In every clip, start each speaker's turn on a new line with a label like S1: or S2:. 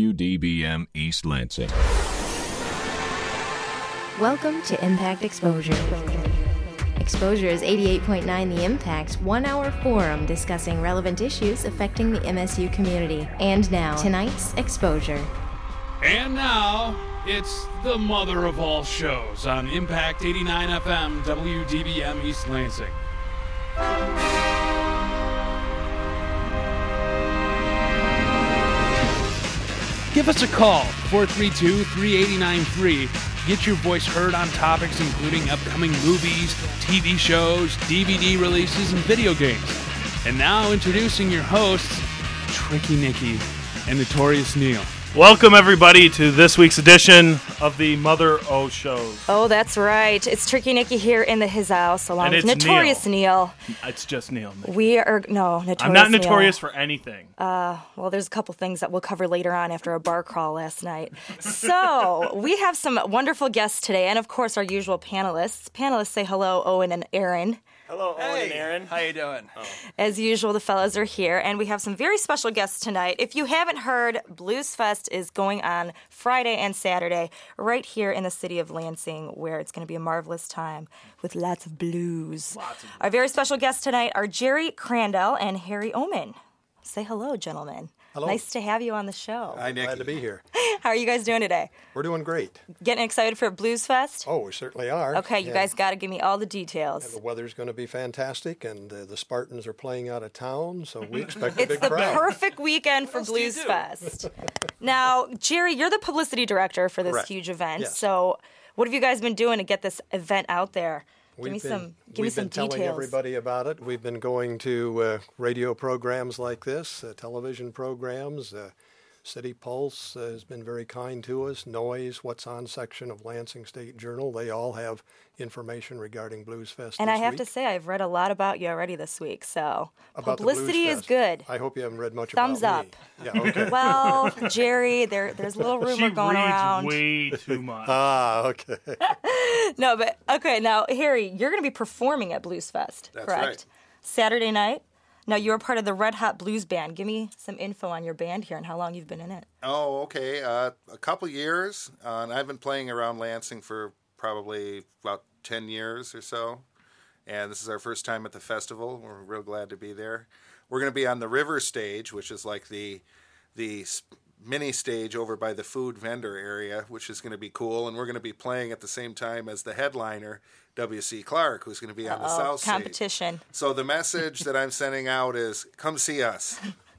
S1: WDBM
S2: E.
S1: East Lansing.
S3: Welcome to Impact Exposure. Exposure is 88.9 The Impact's one hour forum discussing relevant issues affecting the MSU community. And now, tonight's Exposure.
S4: And now it's the mother of all shows on Impact 89 FM WDBM East Lansing. Give us a call 432 3893. Get your voice heard on topics including upcoming movies, TV shows, DVD releases, and video games. And now introducing your hosts, Tricky Nicky and Notorious Neil.
S5: Welcome everybody to this week's edition of the Mother O Show.
S6: Oh, that's right. It's Tricky Nikki here in the His House, along
S5: And
S6: with
S5: it's
S6: Notorious Neil.
S5: It's just Neil.
S6: We are no notorious.
S5: I'm not
S6: Neil. Uh,
S5: notorious for anything.
S6: Well, there's a couple things that we'll cover later on after a bar crawl last night. So we have some wonderful guests today, and of course our usual panelists. Panelists say hello, Owen and Aaron.
S7: How you doing?
S6: As usual, the fellas are here, and we have some very special guests tonight. If you haven't heard, Blues Fest is going on Friday and Saturday right here in the city of Lansing, where it's going to be a marvelous time with lots of blues. Our very special guests tonight are Jerry Crandell and Harry Omen. Say hello, gentlemen. Hello. Nice to have you on the show.
S7: Hi, Nick. Oh, Glad to be here.
S6: How are you guys doing today?
S7: We're doing great.
S6: Getting excited for Blues Fest?
S7: Oh, we certainly are.
S6: Okay, you
S7: Yeah.
S6: guys got to give me all the details.
S7: The weather's going to be fantastic, and uh, the Spartans are playing out of town, so we expect a
S6: It's
S7: big
S6: the
S7: crowd.
S6: perfect weekend for Blues Fest. now, Jerry, you're the publicity director for this
S7: Correct.
S6: huge event.
S7: Yes.
S6: So, what have you guys been doing to get this event out there?
S7: We've
S6: give me
S7: been-
S6: some. Give me
S7: we've
S6: some
S7: been telling
S6: details.
S7: everybody about it. We've been going to uh, radio programs like this, uh, television programs. Uh, City Pulse uh, has been very kind to us. Noise, What's On section of Lansing State Journal, they all have information regarding Blues Fest.
S6: And I
S7: this
S6: have
S7: week.
S6: to say, I've read a lot about you already this week. So,
S7: About the Blues
S6: publicity is
S7: Fest.
S6: good.
S7: I hope you haven't read much
S6: Thumbs
S7: about
S6: up.
S7: me. Yeah, okay.
S6: well, Jerry, there, there's a little rumor
S5: she
S6: going
S5: reads
S6: around.
S5: way too much.
S7: ah, okay.
S6: No, but okay. Now, Harry, you're going to be performing at Blues Fest,
S7: That's
S6: correct?
S7: right.
S6: Saturday night. Now, you're part of the Red Hot Blues Band. Give me some info on your band here and how long you've been in it.
S8: Oh, okay. Uh, a couple years, uh, and I've been playing around Lansing for probably about ten years or so. And this is our first time at the festival. We're real glad to be there. We're going to be on the river stage, which is like the the s- mini stage over by the food vendor area, which is going to be cool. And we're going to be playing at the same time as the headliner, W.C. Clark, who's going to be on the south stage.
S6: Competition.
S8: So the message that I'm sending out is, come see us.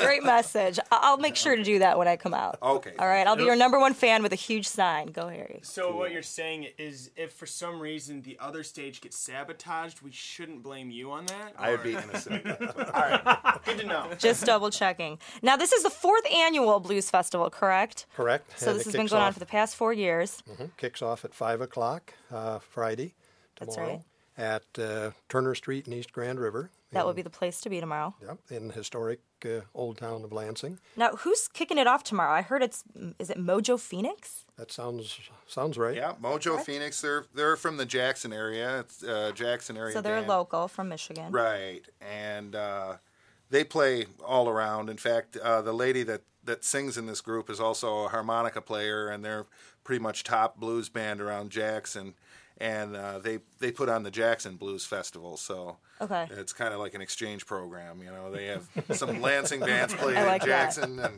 S6: Great message. I- I'll make sure to do that when I come out.
S8: Okay.
S6: All right. I'll be your number one fan with a huge sign. Go, Harry.
S9: So what you're saying is, if for some reason the other stage gets sabotaged, we shouldn't blame you on that.
S8: I would
S9: Or-
S8: be innocent.
S9: Good to know.
S6: Just double checking. Now, this is the fourth annual Blues Festival, correct?
S7: Correct.
S6: So
S7: And it
S6: this has been
S7: kicks
S6: going on
S7: off-
S6: for the past four years.
S7: Mm-hmm. kicks off at five o'clock uh, Friday
S6: That's
S7: tomorrow at uh, Turner Street in East Grand River.
S6: That will be the place to be tomorrow.
S7: Yep, in the historic uh, old town of Lansing.
S6: Now, who's kicking it off tomorrow? I heard it's is it Mojo Phoenix?
S7: That sounds sounds right.
S8: Yeah, Mojo Phoenix. They're they're from the Jackson area. It's uh, Jackson area.
S6: So they're
S8: band.
S6: local from Michigan.
S8: right? And uh, they play all around. In fact, uh, the lady that that sings in this group is also a harmonica player, and they're pretty much top blues band around Jackson. And uh, they they put on the Jackson Blues Festival, so
S6: Okay.
S8: it's kind of like an exchange program. You know, they have some Lansing bands playing
S6: I
S8: in
S6: like that.
S8: Jackson, uh,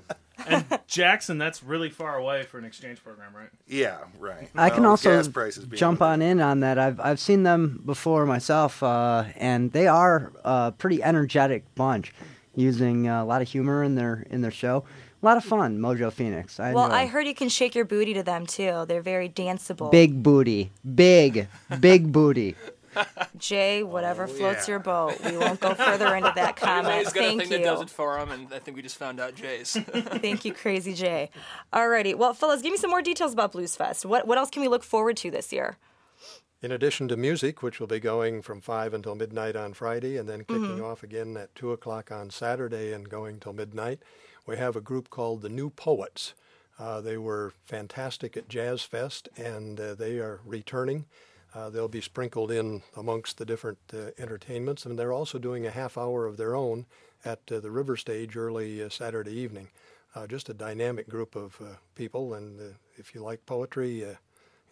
S8: and
S5: and Jackson, that's really far away for an exchange program, right?
S8: yeah, right.
S10: I can
S8: Well,
S10: also
S8: gas prices being
S10: jump
S8: what
S10: on in on that. I've I've seen them before myself, uh, and they are a pretty energetic bunch, using uh, a lot of humor in their in their show. A lot of fun, Mojo Phoenix. I
S6: Well,
S10: enjoy
S6: I
S10: them.
S6: heard you can shake your booty to them too. They're very danceable.
S10: big booty, big big booty.
S6: Jay, whatever floats
S8: yeah.
S6: your boat. We won't go further into that comment.
S9: Everybody's Oh, got
S6: Thank
S9: a thing
S6: you.
S9: that does it for him, and I think we just found out Jay's.
S6: Thank you, Crazy Jay. Alrighty. Well, fellas, give me some more details about Blues Fest. What what else can we look forward to this year?
S7: In addition to music, which will be going from five until midnight on Friday, and then kicking off again at two o'clock on Saturday and going till midnight, we have a group called the New Poets. Uh, they were fantastic at Jazz Fest, and uh, they are returning. Uh, they'll be sprinkled in amongst the different uh, entertainments, and they're also doing a half hour of their own at uh, the River Stage early uh, Saturday evening. uh, just a dynamic group of uh, people. And uh, if you like poetry, uh,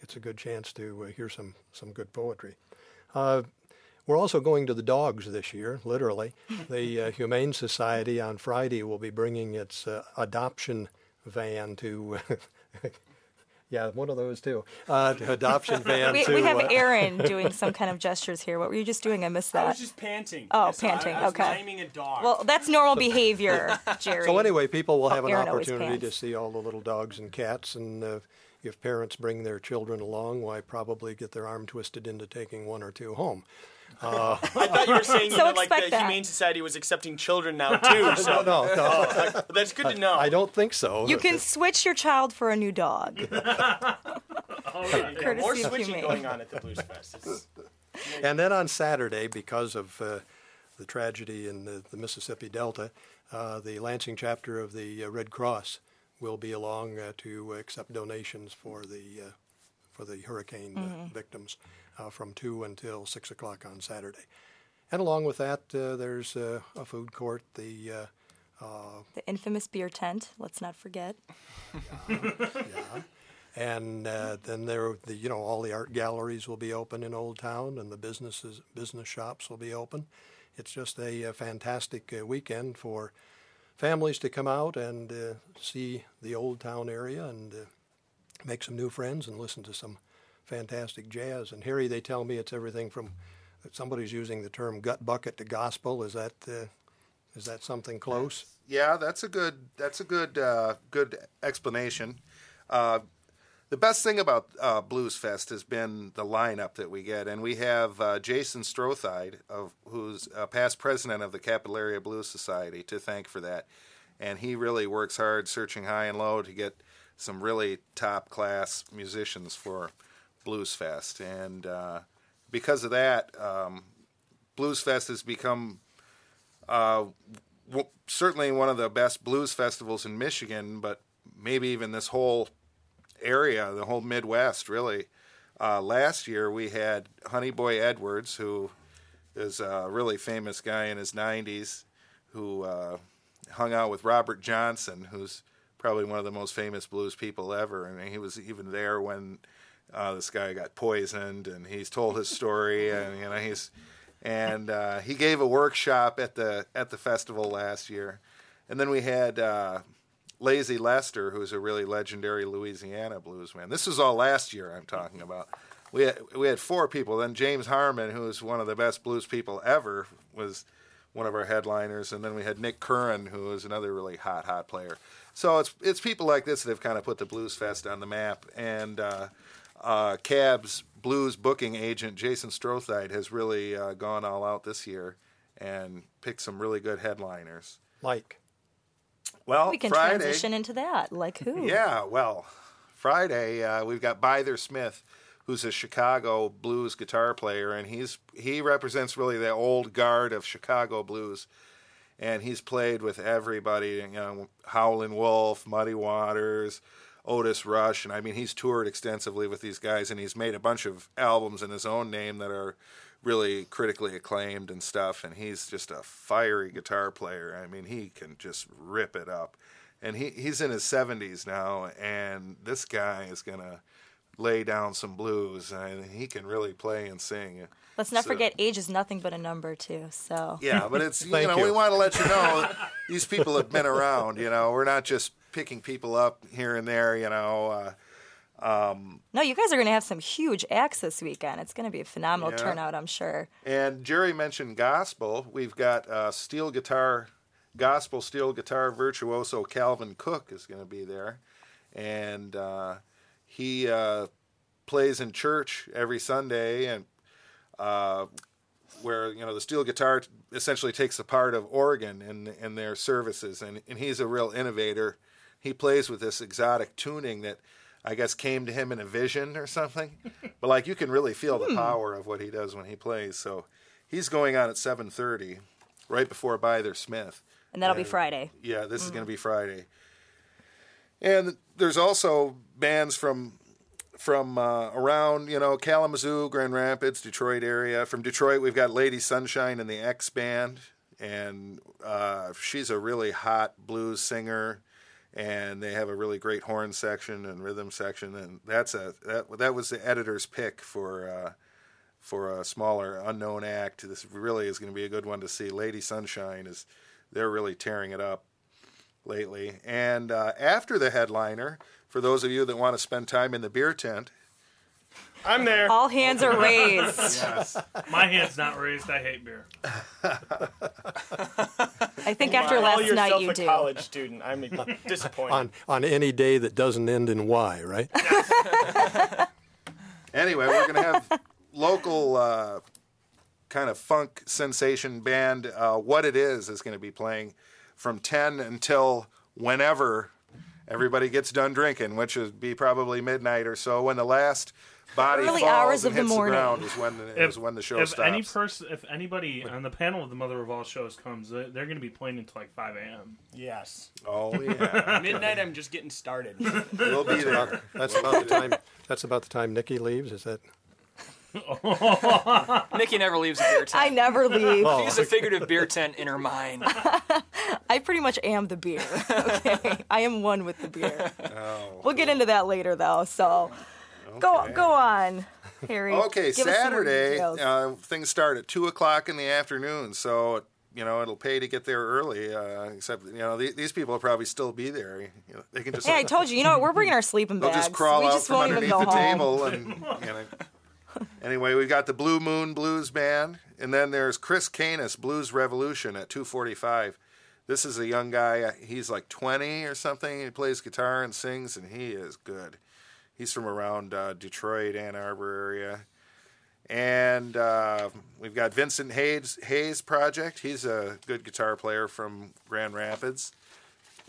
S7: it's a good chance to uh, hear some, some good poetry. Uh, we're also going to the dogs this year, literally. The uh, Humane Society on Friday will be bringing its uh, adoption van to. Yeah, one of those too. Uh, to adoption van
S6: We,
S7: to
S6: we have
S7: uh,
S6: Aaron doing some kind of gestures here. What were you just doing? I missed
S9: I
S6: that.
S9: was just panting.
S6: Oh,
S9: That's all.
S6: panting,
S9: I was
S6: okay.
S9: Miming a dog.
S6: Well, that's normal behavior, Jerry.
S7: So anyway, people will have an
S6: Aaron always
S7: opportunity to
S6: pants.
S7: see all the little dogs and cats, and uh, if parents bring their children along, why probably get their arm twisted into taking one or two home. Oh.
S9: I thought you were saying you
S6: So
S9: meant, like
S6: expect
S9: the
S6: that.
S9: Humane Society was accepting children now too.
S7: No,
S9: So Oh,
S7: no, no.
S9: that's good to know.
S7: I don't think
S10: Oh,
S7: so.
S6: You can switch your child for a new dog.
S9: Yeah, more
S6: Courtesy of
S9: switching
S6: Humane.
S9: going on at the Blues Fest. It's-
S7: And then on Saturday, because of uh, the tragedy in the, the Mississippi Delta, uh, the Lansing chapter of the uh, Red Cross will be along uh, to accept donations for the uh, for the hurricane uh, victims uh, from two until six o'clock on Saturday. And along with that, uh, there's uh, a food court. The uh,
S6: The infamous beer tent. Let's not forget.
S7: and uh, then there, the, you know, all the art galleries will be open in Old Town, and the businesses, business shops will be open. It's just a, uh fantastic uh, weekend for families to come out and uh, see the Old Town area and uh, make some new friends and listen to some fantastic jazz. And Harry, they tell me it's everything from somebody's using the term gut bucket to gospel. Is that uh, is that something close?
S8: Yeah, that's a good that's a good uh, good explanation. Uh, the best thing about uh, Blues Fest has been the lineup that we get, and we have uh, Jason Strothide, of who's a past president of the Capital Area Blues Society, to thank for that. And he really works hard, searching high and low to get some really top class musicians for Blues Fest. And uh, because of that, um, Blues Fest has become Uh, w- certainly one of the best blues festivals in Michigan, but maybe even this whole area, the whole Midwest, really. Uh, last year we had Honey Boy Edwards, who is a really famous guy in his 90s, who uh, hung out with Robert Johnson, who's probably one of the most famous blues people ever. I mean, he was even there when uh, this guy got poisoned, and he's told his story, and you know he's and uh, he gave a workshop at the at the festival last year, and then we had uh, Lazy Lester, who's a really legendary Louisiana bluesman. This was all last year. I'm talking about. We had, we had four people. Then James Harmon, who is one of the best blues people ever, was one of our headliners, and then we had Nick Curran, who is another really hot, hot player. So it's it's people like this that have kind of put the Blues Fest on the map, and uh, uh, Cab's blues booking agent Jason Strothide has really uh, gone all out this year and picked some really good headliners.
S7: Like
S9: Oh,
S8: Well,
S6: We can
S8: Friday,
S6: transition into that. Like who?
S8: yeah, well, Friday uh, we've got Byther Smith, who's a Chicago blues guitar player, and he's he represents really the old guard of Chicago blues, and he's played with everybody, you know, Howlin' Wolf, Muddy Waters, Otis Rush, and I mean he's toured extensively with these guys, and he's made a bunch of albums in his own name that are really critically acclaimed and stuff and he's just a fiery guitar player i mean he can just rip it up and he, he's in his 70s now and this guy is going to lay down some blues and he can really play and sing
S6: Let's not
S8: So-
S6: forget age is nothing but a number too. So
S8: yeah but it's you
S7: Thank
S8: know
S7: you.
S8: we want to let you know these people have been around you know we're not just picking people up here and there you know uh, um,
S6: no, you guys are going to have some huge acts this weekend. It's going to be a phenomenal
S8: Yeah.
S6: turnout, I'm sure.
S8: And Jerry mentioned gospel. We've got uh, steel guitar, gospel steel guitar virtuoso Calvin Cook is going to be there, and uh, he uh, plays in church every Sunday, and uh, where you know the steel guitar essentially takes the part of organ in in their services, and and he's a real innovator. He plays with this exotic tuning that. I guess came to him in a vision or something, but like you can really feel the power of what he does when he plays. So he's going on at seven thirty, right before Byther Smith.
S6: And that'll be
S8: And-
S6: Friday.
S8: yeah, this is going to be Friday. And there's also bands from from uh, around you know Kalamazoo, Grand Rapids, Detroit area. From Detroit, we've got Lady Sunshine and the X Band, and uh, she's a really hot blues singer. and they have a really great horn section and rhythm section, and that's a that that was the editor's pick for. Uh, for a smaller unknown act, this really is going to be a good one to see. Lady Sunshine is they're really tearing it up lately. And uh, after the headliner, for those of you that want to spend time in the beer tent,
S9: I'm there.
S6: All hands are raised.
S5: My hand's not raised. I hate beer.
S6: I think after
S9: Call
S6: last night
S9: yourself
S6: you
S9: a
S6: do.
S9: college student. I'm disappointed.
S7: on on any day that doesn't end in Y, right?
S8: anyway, we're going to have local uh, kind of funk sensation band. Uh, what it is is going to be playing from ten until whenever everybody gets done drinking, which would be probably midnight or so. When the last body
S6: Early
S8: falls
S6: hours
S8: and
S6: of the
S8: hits
S6: morning.
S8: ground is when the, is when the show
S11: if
S8: stops.
S11: any person, if anybody on the panel of the Mother of All shows comes, they- they're going to be playing until like 5 a.m.
S9: yes.
S8: oh yeah,
S9: Midnight. I'm just getting started.
S8: we'll be there.
S7: That's about the time. That's about the time Nikki leaves. Is that?
S12: Nikki never leaves a beer tent.
S6: I never leave.
S12: She has a figurative beer tent in her mind.
S6: I pretty much am the beer. Okay, I am one with the beer.
S8: Oh,
S6: we'll get into that later, though. So, go go on, Harry.
S8: Okay,
S6: Give us some more
S8: Saturday
S6: details.
S8: uh, things start at two o'clock in the afternoon, so you know it'll pay to get there early. Uh, except you know the- these people will probably still be there. You know, they can just
S6: Hey, I told you. You know what? We're bringing our sleeping
S8: they'll
S6: bags.
S8: just crawl
S6: we
S8: out
S6: just
S8: from
S6: won't even
S8: underneath
S6: go
S8: the
S6: home.
S8: table and you know. Anyway, we've got the Blue Moon Blues Band, and then there's Chris Canis Blues Revolution at two forty-five. This is a young guy. uh, He's like twenty or something. He plays guitar and sings, and he is good. He's from around uh, Detroit, Ann Arbor area. And uh, we've got Vincent Hayes, Hayes Project. He's a good guitar player from Grand Rapids,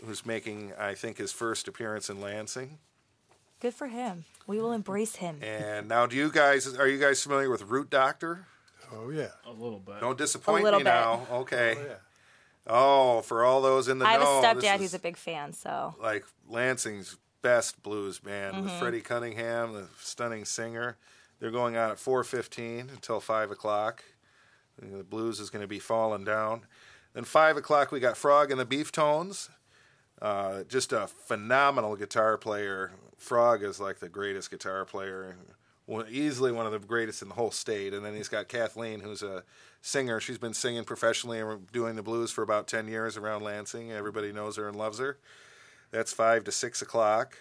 S8: who's making, I think, his first appearance in Lansing.
S6: Good for him. We will embrace him.
S8: And now, do you guys are you guys familiar with Root Doctor?
S7: Oh yeah.
S11: A little bit.
S8: Don't disappoint me
S6: little bit.
S8: now. Okay. Oh, for all those in the
S6: I have a
S8: know, this
S6: stepdad
S8: is
S6: who's a big fan, so
S8: like Lansing's best blues band with Freddie Cunningham, the stunning singer. They're going on at 4:15 until five o'clock. The blues is going to be falling down. Then five o'clock, we got Frog and the Beef Tones. Uh, just a phenomenal guitar player. Frog is like the greatest guitar player, one, easily one of the greatest in the whole state. And then he's got Kathleen, who's a singer. She's been singing professionally and doing the blues for about 10 years around Lansing. Everybody knows her and loves her. That's five to six o'clock.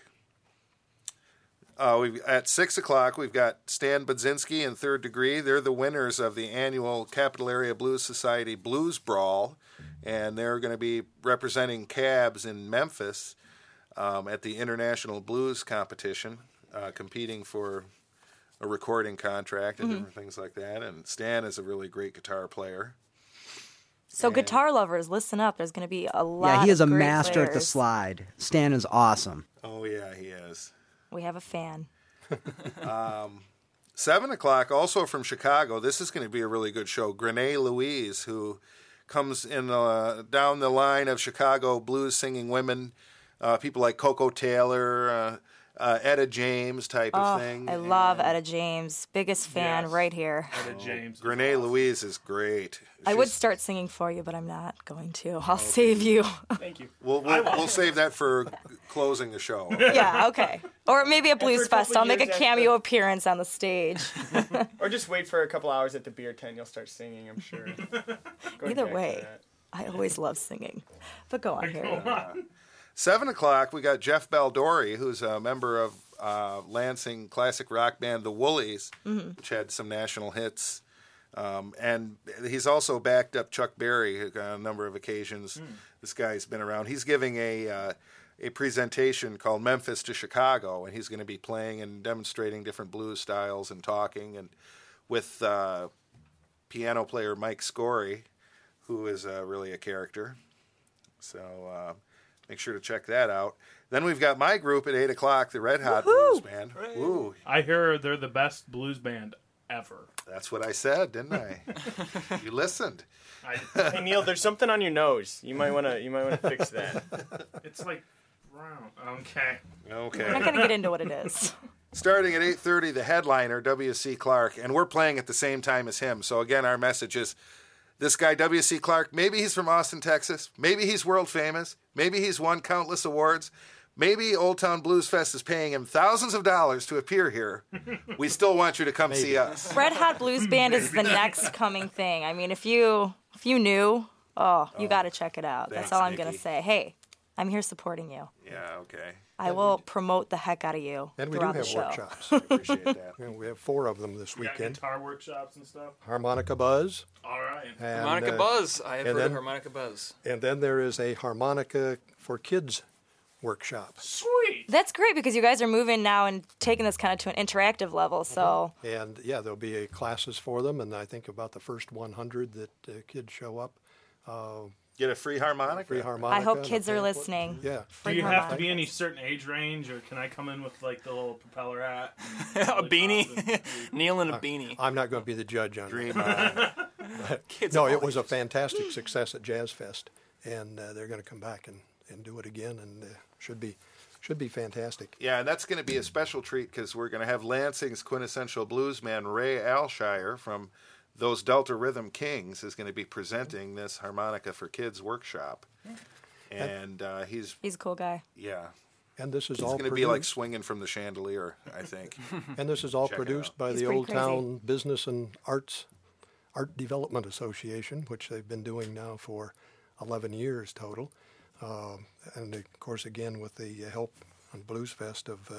S8: Uh, we at six o'clock we've got Stan Budzinski and Third Degree. They're the winners of the annual Capital Area Blues Society Blues Brawl, and they're going to be representing Cabs in Memphis um, at the International Blues Competition, uh, competing for a recording contract and different things like that. And Stan is a really great guitar player.
S6: so guitar lovers, listen up. There's going to be a lot.
S10: Yeah, he is a
S6: of great
S10: master at the
S6: players.
S10: slide. Stan is awesome.
S8: Oh yeah, he is. Um,
S6: We have a fan.
S8: Seven o'clock, also from Chicago. This is going to be a really good show. Grenee Louise, who comes in uh, down the line of Chicago blues singing women, uh, people like Coco Taylor, uh, uh, Etta James type of thing.
S6: Ah, Oh, I love Etta James, biggest fan right here.
S11: Etta James.
S8: Grenee Louise is great.
S6: I would
S8: She's- Oh.
S6: start singing for you, but I'm not going to. I'll save you.
S8: We'll, we'll, we'll save that for closing the show.
S6: yeah, okay. Or maybe at Blues
S9: a couple
S6: Fest. I'll make a
S9: years after-
S6: cameo appearance on the stage.
S9: or just wait for a couple hours at the beer tent. You'll start singing. I'm sure. Going
S6: Either
S9: back to
S6: way,
S9: that.
S6: I always love singing. But go on here.
S8: Seven o'clock, we got Jeff Baldori, who's a member of uh, Lansing classic rock band The Woolies, which had some national hits. Um, and he's also backed up Chuck Berry on a number of occasions. This guy's been around. He's giving a uh, a presentation called Memphis to Chicago, and he's going to be playing and demonstrating different blues styles and talking and with uh, piano player Mike Scory, who is uh, really a character. So uh, make sure to check that out. Then we've got my group at eight o'clock, the Red Hot Blues Band. Woo!
S11: I hear they're the best blues band ever.
S8: That's what I said, didn't I? you listened.
S11: I,
S9: Hey Neil, there's something on your nose. You might wanna you might wanna fix that.
S11: it's like brown. Okay.
S8: Okay.
S6: I'm not going to get into what it is.
S8: Starting at 8:30, the headliner W.C. Clark, and we're playing at the same time as him. So again, our message is: this guy W.C. Clark, maybe he's from Austin, Texas, maybe he's world famous, Maybe he's won countless awards. Maybe Old Town Blues Fest is paying him thousands of dollars to appear here. We still want you to come see us.
S6: Red Hot
S7: Hmm.
S6: Blues Band is the next coming thing. I mean, if you if you knew, oh, you got to check it out. That's
S8: thanks,
S6: all I'm gonna
S8: Nikki.
S6: say. Hey, I'm here supporting you.
S8: Yeah, okay.
S6: I will promote the heck out of you
S7: And we do
S6: throughout
S7: have
S6: the show.
S7: workshops.
S8: appreciate that.
S7: we have four of them this
S11: We got
S7: weekend.
S11: guitar workshops and stuff.
S7: Harmonica Buzz.
S11: All right.
S7: and,
S12: Harmonica
S7: uh,
S12: Buzz. I have
S7: and
S12: heard
S7: then-
S12: of Harmonica Buzz.
S7: And then there is a harmonica for kids workshop.
S11: Sweet.
S6: That's great because you guys are moving now and taking this kind of to an interactive level. So
S7: And yeah, there'll be a classes for them, and I think about the first 100 that uh, kids show up. Uh,
S8: Get a free harmonica.
S7: Free harmonica.
S6: I hope
S7: and a
S6: kids are
S7: pamphlet.
S6: listening.
S7: Yeah.
S11: Do you have to be any certain age range, or can I come in with like the little propeller hat?
S12: a beanie. Neil in a beanie.
S7: I'm not going to be the judge on
S8: Dream
S7: that. Uh,
S12: Kids
S7: no,
S12: of
S7: it
S12: all
S7: was a fantastic success at Jazz Fest, and uh, they're going to come back and, and do it again, and uh, should be should be fantastic.
S8: Yeah, and that's going to be a special treat because we're going to have Lansing's quintessential blues man Ray Alshire from those Delta Rhythm Kings is going to be presenting this harmonica for kids workshop, and uh, he's
S6: he's a cool guy.
S8: yeah,
S7: And this is
S8: it's
S7: all
S8: going to
S7: produced,
S8: be like swinging from the chandelier, I think.
S7: and this is all
S8: Check it
S7: produced
S8: out.
S7: by
S6: He's
S7: the
S6: pretty
S7: Old
S6: crazy.
S7: Town Business and Arts Art Development Association, which they've been doing now for 11 years total, um, and of course again with the help on Blues Fest of uh,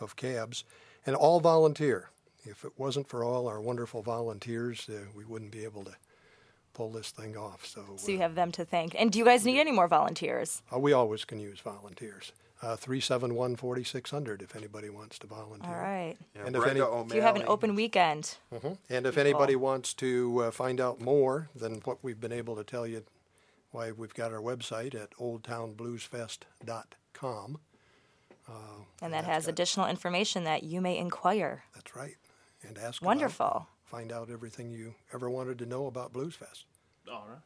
S7: of cabs, and all volunteer. If it wasn't for all our wonderful volunteers, uh, we wouldn't be able to pull this thing off. So,
S6: So you have them to thank. And do you guys need any more volunteers?
S7: uh, we always can use volunteers. Uh, Three seven one forty six hundred. If anybody wants to volunteer.
S6: All right.
S8: Yeah,
S7: And if
S8: Brenda
S7: any-
S6: Do you have an
S8: O'Malley.
S6: open weekend?
S7: Oh, Mm-hmm. And if
S6: People.
S7: anybody wants to uh, find out more than what we've been able to tell you, why we've got our website at oldtownbluesfest.com. uh,
S6: And that has additional information that you may inquire.
S7: That's right. And ask about it.
S6: Wonderful.
S7: Find out everything you ever wanted to know about Blues Fest.
S11: All right.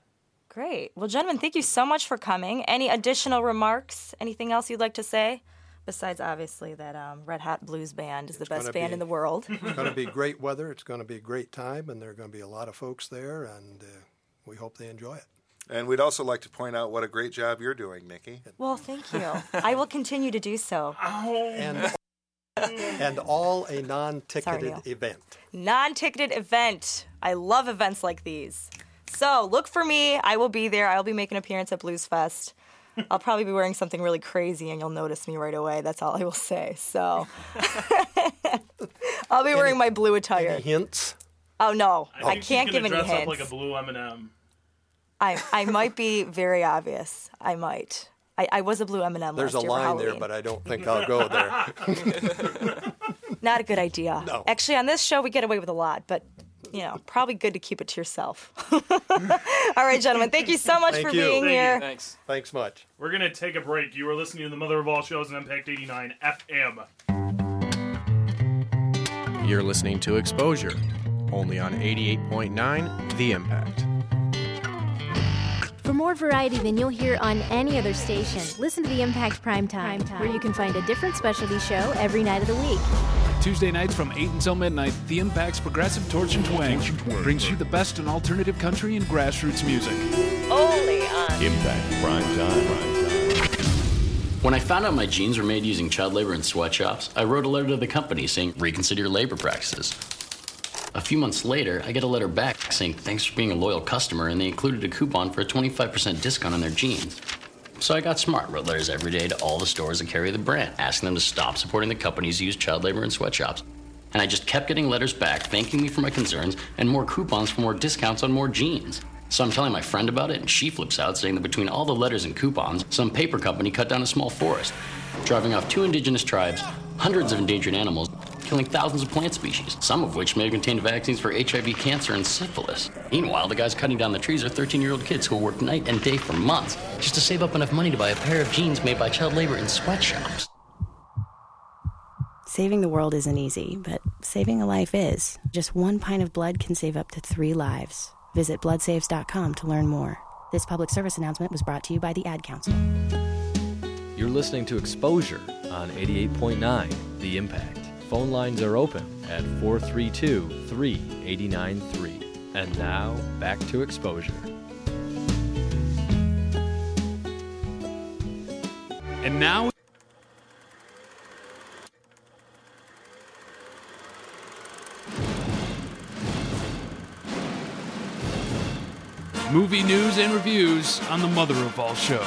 S6: Great. Well, gentlemen, thank you so much for coming. Any additional remarks? Anything else you'd like to say? Besides, obviously, that um, Red Hot Blues Band is the
S7: gonna
S6: best band
S7: be-
S6: in the world.
S7: It's going to be great weather. It's going to be a great time, and there are going to be a lot of folks there, and uh, we hope they enjoy it.
S8: And we'd also like to point out what a great job you're doing, Nikki.
S6: well, thank you. I will continue to do so.
S7: And, and all a non
S6: Mm. Sorry,
S7: ticketed
S6: Neil.
S7: event.
S6: Non ticketed event. I love events like these. So look for me. I will be there. I'll be making an appearance at Blues Fest. I'll probably be wearing something really crazy and you'll notice me right away. That's all I will say. So I'll be wearing my blue attire.
S7: Any hints?
S6: Oh no,
S11: I,
S6: I
S11: think she's
S6: can't
S11: gonna
S6: give any
S11: dress
S6: hints.
S11: up like a blue M&M.
S6: I, I might be very obvious. I might. I, I was a blue M and M.
S7: There's a
S6: last year for
S7: line there,
S6: Halloween.
S7: but I don't think I'll go there.
S6: not a good idea.
S7: No.
S6: Actually, on this show we get away with a lot, but you know, probably good to keep it to yourself. All right, gentlemen, thank you so much
S7: Thank
S6: for
S7: you.
S6: being
S11: Thank you.
S6: here.
S12: Thanks.
S7: Thanks much.
S11: We're gonna take a break. You are listening to the mother of all shows on Impact 89 FM.
S13: You're listening to Exposure, only on 88.9 The Impact.
S3: For more variety than you'll hear on any other station, listen to the Impact Prime Time, where you can find a different specialty show every night of the week.
S4: Tuesday nights from 8 until midnight, The Impact's progressive torch and twang brings you the best in alternative country and grassroots music.
S6: Only on
S14: Impact Prime Time. When I found out my jeans were made using child labor in sweatshops, I wrote a letter to the company saying, reconsider your labor practices. A few months later, I get a letter back saying, thanks for being a loyal customer, and they included a coupon for a 25% discount on their jeans. So I got smart, wrote letters every day to all the stores that carry the brand, asking them to stop supporting the companies who use child labor in sweatshops. And I just kept getting letters back thanking me for my concerns and more coupons for more discounts on more jeans. So I'm telling my friend about it, and she flips out, saying that between all the letters and coupons, some paper company cut down a small forest, driving off two indigenous tribes, hundreds of endangered animals, killing thousands of plant species, some of which may have contained vaccines for HIV, cancer, and syphilis. Meanwhile, the guys cutting down the trees are 13 year old kids who work night and day for months just to save up enough money to buy a pair of jeans made by child labor in sweatshops.
S15: Saving the world isn't easy, but saving a life is. Just one pint of blood can save up to three lives. Visit bloodsaves.com to learn more. This public service announcement was brought to you by the Ad Council.
S2: You're listening to Exposure on 88.9 The Impact. Phone lines are open at 432 3893. And now, back to Exposure.
S4: And now. Movie news and reviews on the mother of all shows.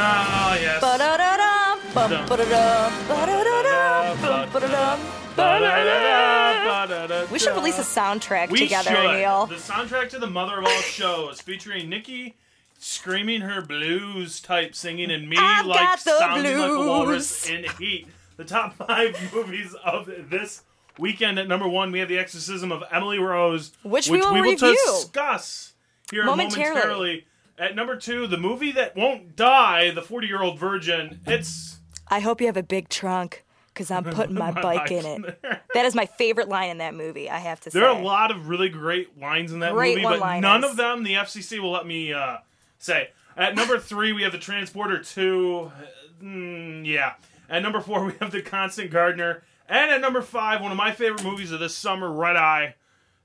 S11: Ah, yes.
S6: Ba-da-da-dum, bum, ba-da-dum, ba-da-da-dum, bum, ba-da-dum, ba-da-da-dum. We should release a soundtrack
S11: We
S6: together,
S11: should.
S6: Neil.
S11: The soundtrack to the mother of all shows, featuring Nikki screaming her blues type singing and me
S6: I've
S11: like
S6: got the
S11: sounding like a walrus in heat. The top five movies of this weekend. At number one, we have The Exorcism of Emily Rose,
S6: Which we will review.
S11: discuss here
S6: Momentarily.
S11: momentarily. At number two, the movie that won't die, The Forty Year Old Virgin. It's
S6: I hope you have a big trunk, because I'm putting my,
S11: My
S6: bike in
S11: bike's
S6: it. that is my favorite line in that movie, I have to
S11: There are
S6: say.
S11: a lot of really great lines in that
S6: Great
S11: movie, but
S6: one-liners.
S11: none of them the FCC will let me uh, say. At number three, we have the Transporter Two. uh, mm, yeah. At number four, we have the Constant Gardener, and at number five, one of my favorite movies of this summer, Red Eye.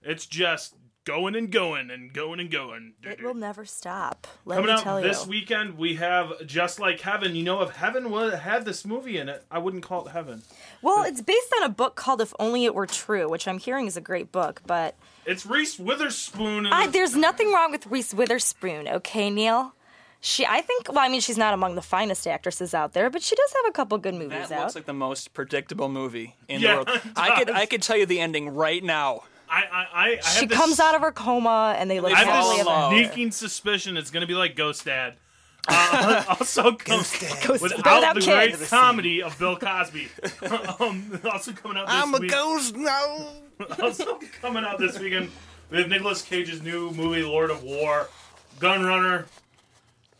S11: It's just going and going and going and going.
S6: It will never stop. Let
S11: Coming
S6: me
S11: out
S6: tell
S11: this
S6: you.
S11: weekend, we have Just Like Heaven. You know, if Heaven was, had this movie in it, I wouldn't call it Heaven.
S6: Well, it's based on a book called If Only It Were True, which I'm hearing is a great book, but
S11: It's Reese Witherspoon. and
S6: I, there's nothing wrong with Reese Witherspoon, okay, Neil? She, I think, well, I mean, she's not among the finest actresses out there, but she does have a couple good movies
S12: That
S6: out.
S12: looks like the most predictable movie in the
S6: Yeah,
S12: world.
S6: it
S12: I could
S6: does.
S12: I could tell you the ending right now.
S11: I I, I, I
S6: she
S11: have this-
S6: comes out of her coma and they live
S11: I
S6: happily
S11: have
S6: ever
S11: this
S6: after.
S11: sneaking suspicion it's going to be like Ghost Dad. Uh, also, Ghost Dad.
S6: Ghost Dad.
S11: without
S6: Without
S11: the
S6: kids.
S11: great comedy of Bill Cosby. um, also coming out this
S12: I'm a
S11: week.
S12: ghost now.
S11: also coming out this weekend, we have Nicolas Cage's new movie, Lord of War, Gun Runner,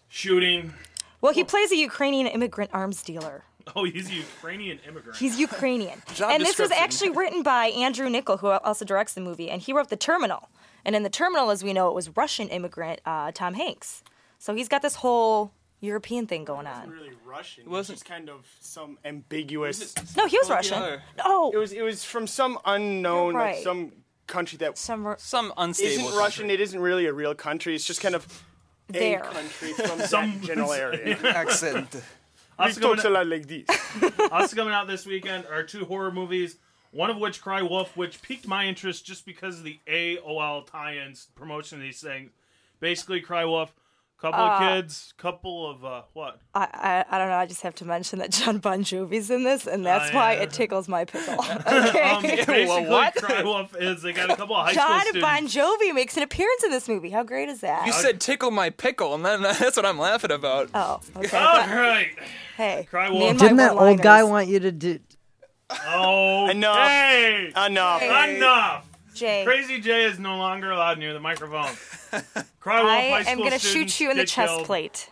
S11: shooting.
S6: Well, he plays a Ukrainian immigrant arms dealer.
S11: Oh, he's a Ukrainian immigrant.
S6: He's Ukrainian.
S11: Job
S6: and this was
S11: description.
S6: actually written by Andrew Nichol, who also directs the movie, and he wrote The Terminal. And in The Terminal, as we know, it was Russian immigrant uh, Tom Hanks. So he's got this whole European thing going on.
S9: really Russian. It was just kind of some ambiguous.
S6: No, he was Russian. Oh,
S9: it was it was from some unknown,
S6: You're
S9: like,
S6: right.
S9: some country that
S6: some
S12: some
S9: isn't
S12: unstable
S9: Russian. It isn't really a real country. It's just kind of
S6: There.
S9: a country from
S11: Some-
S9: some general area.
S11: Accent.
S9: We
S11: Also
S9: talk
S11: coming
S9: a
S11: up-
S9: lot like this.
S11: also coming out this weekend are two horror movies. One of which, Cry Wolf, which piqued my interest just because of the AOL tie-ins promotion of these things. Basically, Cry Wolf, couple
S6: Uh,
S11: of kids, couple of uh, what?
S6: I, I, I don't know. I just have to mention that John Bon Jovi's in this, and that's
S11: Oh, yeah.
S6: why it tickles my pickle. Okay.
S11: Um, basically,
S12: what?
S11: Cry Wolf is they got a couple of high
S6: John
S11: school students.
S6: Bon Jovi makes an appearance in this movie. How great is that?
S12: You said tickle my pickle, and then, that's what I'm laughing about.
S6: Oh, okay.
S11: All right.
S6: Hey,
S11: Cry
S6: me and my
S10: Didn't that old
S6: one-liners.
S10: guy want you to do?
S11: Oh,
S9: Enough.
S11: Hey,
S9: Enough.
S6: Hey.
S11: enough.
S6: Jay.
S11: Crazy Jay is no longer allowed near the microphone. Cry Wolf, high
S6: I am
S11: school
S6: gonna
S11: students
S6: shoot you in the
S11: get
S6: chest
S11: killed.
S6: plate.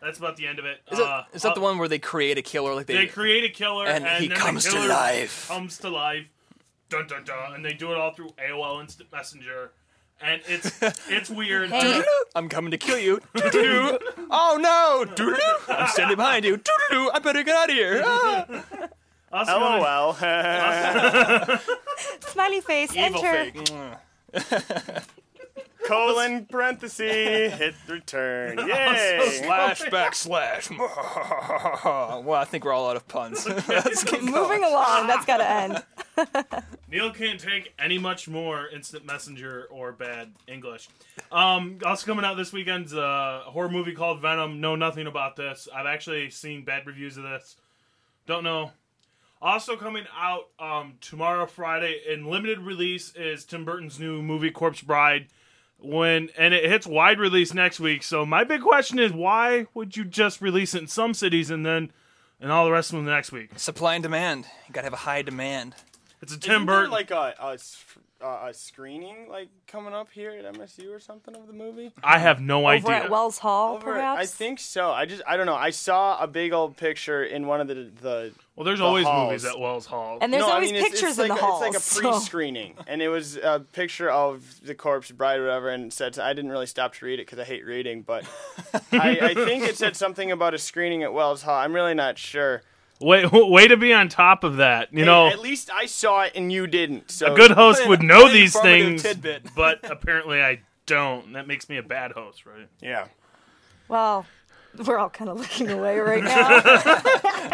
S11: That's about the end of it.
S12: Is, it,
S11: Uh,
S12: is that
S11: uh,
S12: the one where they create a killer? Like they,
S11: They create a killer,
S12: and
S11: and,
S12: he
S11: then
S12: comes
S11: the
S12: to
S11: killer
S12: life.
S11: Comes to life, dun dun dun, and they do it all through AOL Instant Messenger, and it's it's weird.
S12: Doodaloo, I'm coming to kill you. Doodaloo. oh no! Doodaloo. I'm standing behind you. Doodaloo. I better get out of here. Ah.
S11: Also
S9: Oh,
S12: gonna-
S9: LOL.
S6: Smiley face.
S9: Evil
S6: enter.
S9: fake. Colon parenthesis hit return.
S12: Also
S9: Yay!
S12: slash back slash. Oh, well, I think we're all out of puns. Let's get
S6: Moving along. That's gotta end.
S11: Neil can't take any much more instant messenger or bad English. Um, also coming out this weekend's uh, horror movie called Venom. Know nothing about this. I've actually seen bad reviews of this. Don't know. Also coming out um, tomorrow, Friday, in limited release is Tim Burton's new movie Corpse Bride. When and it hits wide release next week. So my big question is, why would you just release it in some cities and then and all the rest of them the next week?
S12: Supply and demand. You gotta have a high demand.
S11: It's a
S9: Isn't there like a, a s- uh, a screening like coming up here at MSU or something of the movie?
S11: I have no
S6: Over
S11: idea.
S6: at Wells Hall,
S9: Over-
S6: perhaps.
S9: I think so. I just I don't know. I saw a big old picture in one of the the.
S11: Well, there's
S9: the
S11: always
S9: halls.
S11: movies at Wells Hall.
S6: And there's
S9: no, I
S6: always
S9: mean, it's-
S6: pictures
S9: it's
S6: in
S9: like
S6: the
S9: a- It's
S6: halls,
S9: like a
S6: so-
S9: pre-screening, and it was a picture of the corpse bride or whatever, and it said I didn't really stop to read it because I hate reading, but I, I think it said something about a screening at Wells Hall. I'm really not sure.
S11: Way, way to be on top of that. You
S9: Hey,
S11: know,
S9: at least I saw it and you didn't. So
S11: a good host
S9: What
S11: would
S9: an
S11: know these
S9: informative
S11: things,
S9: tidbit.
S11: but apparently I don't. and That makes me a bad host, right?
S9: Yeah.
S6: Well, We're all kind of looking away right now.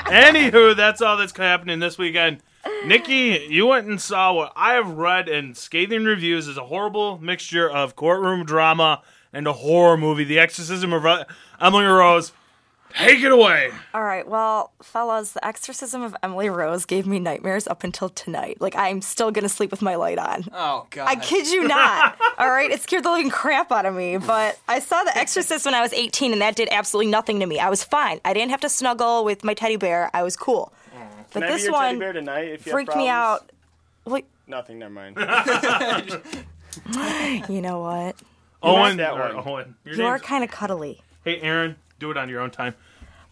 S11: Anywho, that's all that's happening this weekend. Nikki, you went and saw what I have read in scathing reviews is a horrible mixture of courtroom drama and a horror movie, The Exorcism of Re- Emily Rose. Take it away.
S6: All right, well, fellas, the exorcism of Emily Rose gave me nightmares up until tonight. Like, I'm still gonna sleep with my light on.
S12: Oh God!
S6: I kid you not. All right, it scared the living crap out of me. But I saw The Exorcist when I was 18, and that did absolutely nothing to me. I was fine. I didn't have to snuggle with my teddy bear. I was cool. But
S9: Can I be
S6: this
S9: your
S6: one
S9: teddy bear tonight if you have
S6: freaked me
S9: problems?
S6: out. Wait,
S9: Nothing. Never mind.
S6: you know what?
S11: Owen,
S6: You're-
S11: or Owen, your
S6: you are
S11: name's-
S6: kind of cuddly.
S11: Hey, Aaron, do it on your own time.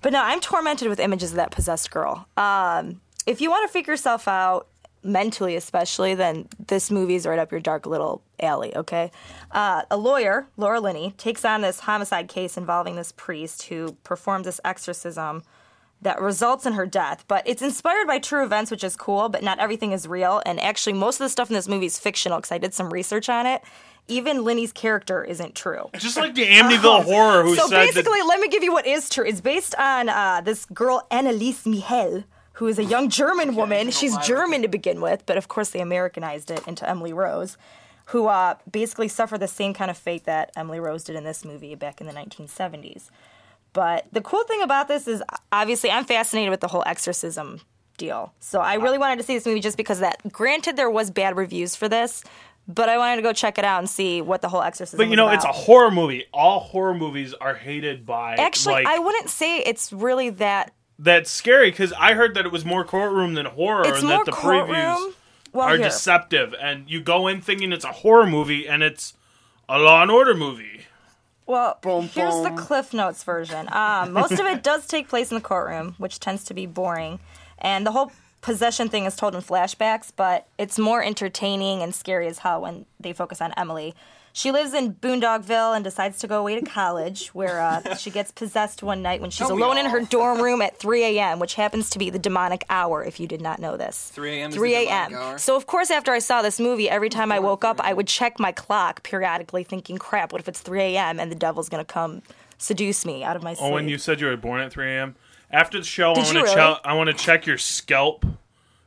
S6: But no, I'm tormented with images of that possessed girl. Um, if you want to figure yourself out mentally, especially, then this movie's right up your dark little alley. Okay, uh, a lawyer, Laura Linney, takes on this homicide case involving this priest who performs this exorcism that results in her death. But it's inspired by true events, which is cool. But not everything is real, and actually, most of the stuff in this movie is fictional because I did some research on it. Even Linney's character isn't true
S11: Just like the Amityville horror who
S6: so
S11: said that-
S6: basically, let me give you what is true. It's based on uh, this girl Anneliese Mihel, who is a young German woman. She's German to begin with, but of course they Americanized it into Emily Rose, who uh, basically suffered the same kind of fate that Emily Rose did in this movie back in the 1970s. But the cool thing about this is, obviously, I'm fascinated with the whole exorcism deal. So I really wanted to see this movie just because of that. Granted, there was bad reviews for this, but I wanted to go check it out and see what the whole exorcism.
S11: But you
S6: was
S11: know,
S6: about.
S11: it's a horror movie. All horror movies are hated by
S6: Actually,
S11: like,
S6: I wouldn't say it's really that.
S11: that's scary because I heard that it was more courtroom than horror,
S6: It's
S11: and
S6: more
S11: that the previews
S6: courtroom? Well,
S11: are
S6: here.
S11: deceptive. And you go in thinking it's a horror movie, and it's a Law and Order movie.
S6: Well, here's
S11: boom.
S6: the Cliff Notes version. Um, most of it does take place in the courtroom, which tends to be boring, and the whole possession thing is told in flashbacks. But it's more entertaining and scary as hell when they focus on Emily. She lives in Boondogville and decides to go away to college, where uh, she gets possessed one night when she's
S11: Oh,
S12: Don't we
S6: alone in her dorm room at 3 a.m., which happens to be the demonic hour. If you did not know this,
S12: 3 a.m. is the
S6: 3
S12: demonic hour?
S6: a.m. So of course, after I saw this movie, every time I woke up, I would check my clock periodically, thinking, "Crap, what if it's 3 a.m. and the devil's gonna come seduce me out of my sleep?"
S11: Owen, Oh, you said you were born at 3 a.m. After the show,
S6: Did
S11: I want
S6: you
S11: to
S6: really?
S11: I want to check your scalp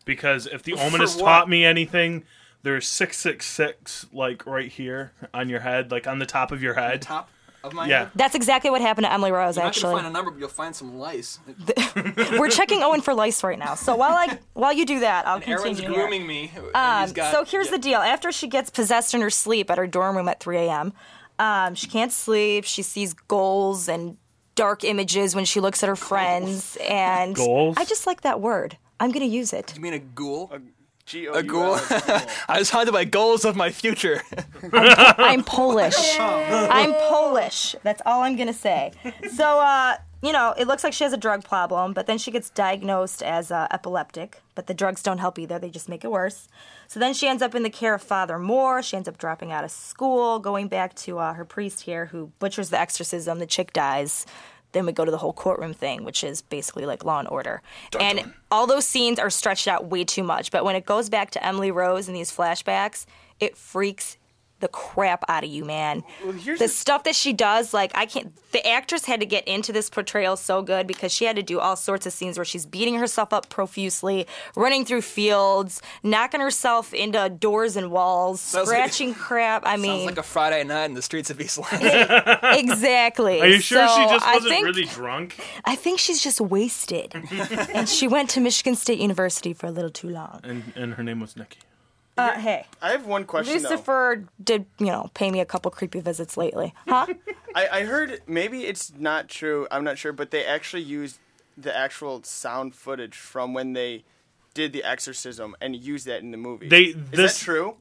S11: because if the omen
S6: For
S11: has
S6: what?
S11: taught me anything, there's six six six like right here on your head, like on the top of your head.
S16: top of my
S11: yeah.
S16: head?
S6: That's exactly what happened to Emily Rose.
S16: You're not
S6: actually,
S16: gonna find a number, but you'll find some lice.
S6: we're checking Owen for lice right now. So while I while you do that, I'll
S16: Aaron's
S6: continue. here.
S16: grooming me. and
S6: Um,
S16: he's got-
S6: so here's the deal. After she gets possessed in her sleep at her dorm room at 3 a.m., um, she can't sleep. She sees goals and dark images when she looks at her friends. And
S16: Goals?
S6: I just like that word. I'm going to use it.
S16: You mean a ghoul? A,
S9: a
S16: ghoul?
S12: I was haunted by goals of my future.
S6: I'm Polish. I'm Polish. That's all I'm going to say. So, uh, you know, it looks like she has a drug problem, but then she gets diagnosed as uh, epileptic, but the drugs don't help either. They just make it worse. So then she ends up in the care of Father Moore. She ends up dropping out of school, going back to uh, her priest here who butchers the exorcism. The chick dies. Then we go to the whole courtroom thing, which is basically like Law and Order. and all those scenes are stretched out way too much. But when it goes back to Emily Rose and these flashbacks, it freaks the crap out of you, man. the stuff that she does, like I can't. The actress had to get into this portrayal so good because she had to do all sorts of scenes where she's beating herself up profusely, running through fields, knocking herself into doors and walls,
S16: Sounds like-
S6: scratching crap. I mean,
S16: Sounds like a Friday night in the streets of East Lansing.
S6: exactly.
S16: Are you sure she
S6: So
S16: just
S6: I
S16: wasn't
S6: think-
S11: really drunk?
S6: I think she's just wasted, and she went to Michigan State University for a little too long.
S11: And and her name was Nikki.
S6: Uh, hey,
S9: I have one question. though.
S6: Lucifer did you know pay me a couple creepy visits lately, huh?
S9: I, I heard maybe it's not true. I'm not sure, but they actually used the actual sound footage from when they did the exorcism and used that in the movie.
S11: They
S9: is
S11: this
S9: that true?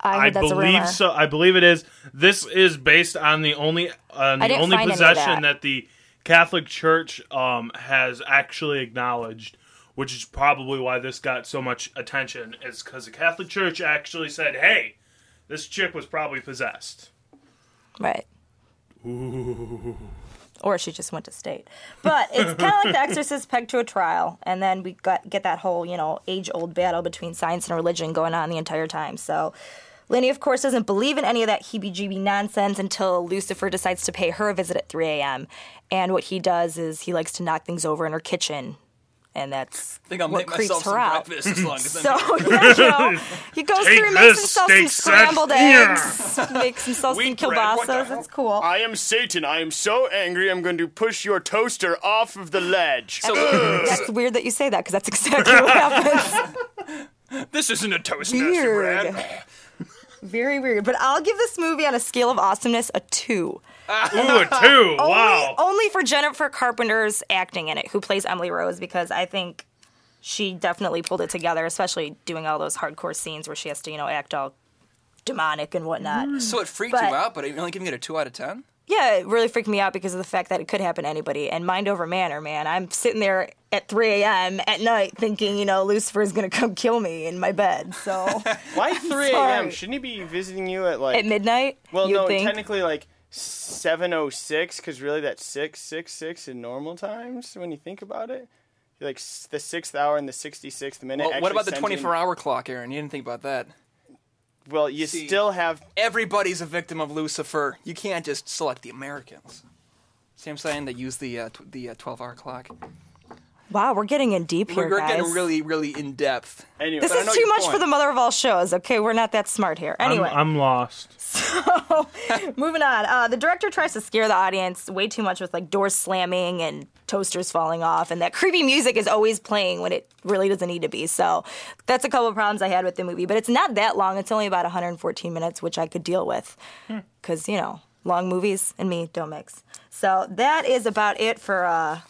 S6: I heard that's a
S11: believe
S6: rumor.
S11: so. I believe it is. This is based on the only on
S6: I
S11: the
S6: didn't
S11: only
S6: find any of
S11: possession that.
S6: that.
S11: the Catholic Church um, has actually acknowledged, which is probably why this got so much attention, is because the Catholic Church actually said, "Hey, this chick was probably possessed."
S6: right.
S11: Ooh.
S6: or she just went to state. But it's kind of like The Exorcist pegged to a trial, and then we got get that whole you know age old battle between science and religion going on the entire time. So Lenny, of course, doesn't believe in any of that heebie jeebie nonsense until Lucifer decides to pay her a visit at 3 a.m. And what he does is he likes to knock things over in her kitchen. And that's
S16: I think I'll
S6: what
S16: make
S6: creeps
S16: myself
S6: her
S16: some
S6: out.
S16: breakfast as long as I'm
S6: so
S16: here.
S6: yeah, Joe, he goes
S16: Take
S6: through and makes
S16: this,
S6: himself
S16: steak
S6: some
S16: sack.
S6: scrambled
S16: Yeah.
S6: eggs, makes himself some
S9: What the
S6: kielbasa.
S9: hell?
S6: That's cool.
S9: I am Satan. I am so angry. I'm going to push your toaster off of the ledge. Ugh.
S6: that's weird that you say that because that's exactly what happens.
S12: This isn't a toast master,
S6: Weird.
S12: Brad.
S6: Very weird. But I'll give this movie on a scale of awesomeness a two.
S11: Ooh, a two.
S6: Only-
S11: Wow.
S6: Only for Jennifer Carpenter's acting in it, who plays Emily Rose, because I think she definitely pulled it together, especially doing all those hardcore scenes where she has to, you know, act all demonic and whatnot.
S11: Mm.
S16: So it freaked
S6: But-
S16: you out, but you're only giving it a two out of ten.
S6: Yeah, it really freaked me out because of the fact that it could happen to anybody. And mind over manner, man. I'm sitting there at 3 a.m. at night thinking, you know, Lucifer's going to come kill me in my bed. So
S9: Why 3
S6: sorry.
S9: a.m.? Shouldn't he be visiting you at like
S6: at midnight,
S9: Well,
S6: you
S9: no,
S6: think?
S9: technically like 7:06 because really that's six six six in normal times when you think about it. Like s- the sixth hour and the 66th minute.
S16: Well, what
S9: actually
S16: about the
S9: sends in-
S16: 24 hour clock, Aaron? You didn't think about that.
S9: Well, you still have.
S16: Everybody's a victim of Lucifer. You can't just select the Americans. See what I'm saying? They use the uh, tw- the uh, 12 hour clock.
S6: Wow, we're getting in deep here,
S16: we're
S6: guys.
S16: getting really, really in depth.
S9: Anyway,
S6: this is too much for the mother of all shows. Okay, we're not that smart here. Anyway,
S11: I'm, I'm lost.
S6: moving on. Uh, the director tries to scare the audience way too much with like doors slamming and toasters falling off, and that creepy music is always playing when it really doesn't need to be. So that's a couple of problems I had with the movie. But it's not that long. It's only about 114 minutes, which I could deal with
S11: Hmm.
S6: because you know long movies and me don't mix. So that is about it for. Uh,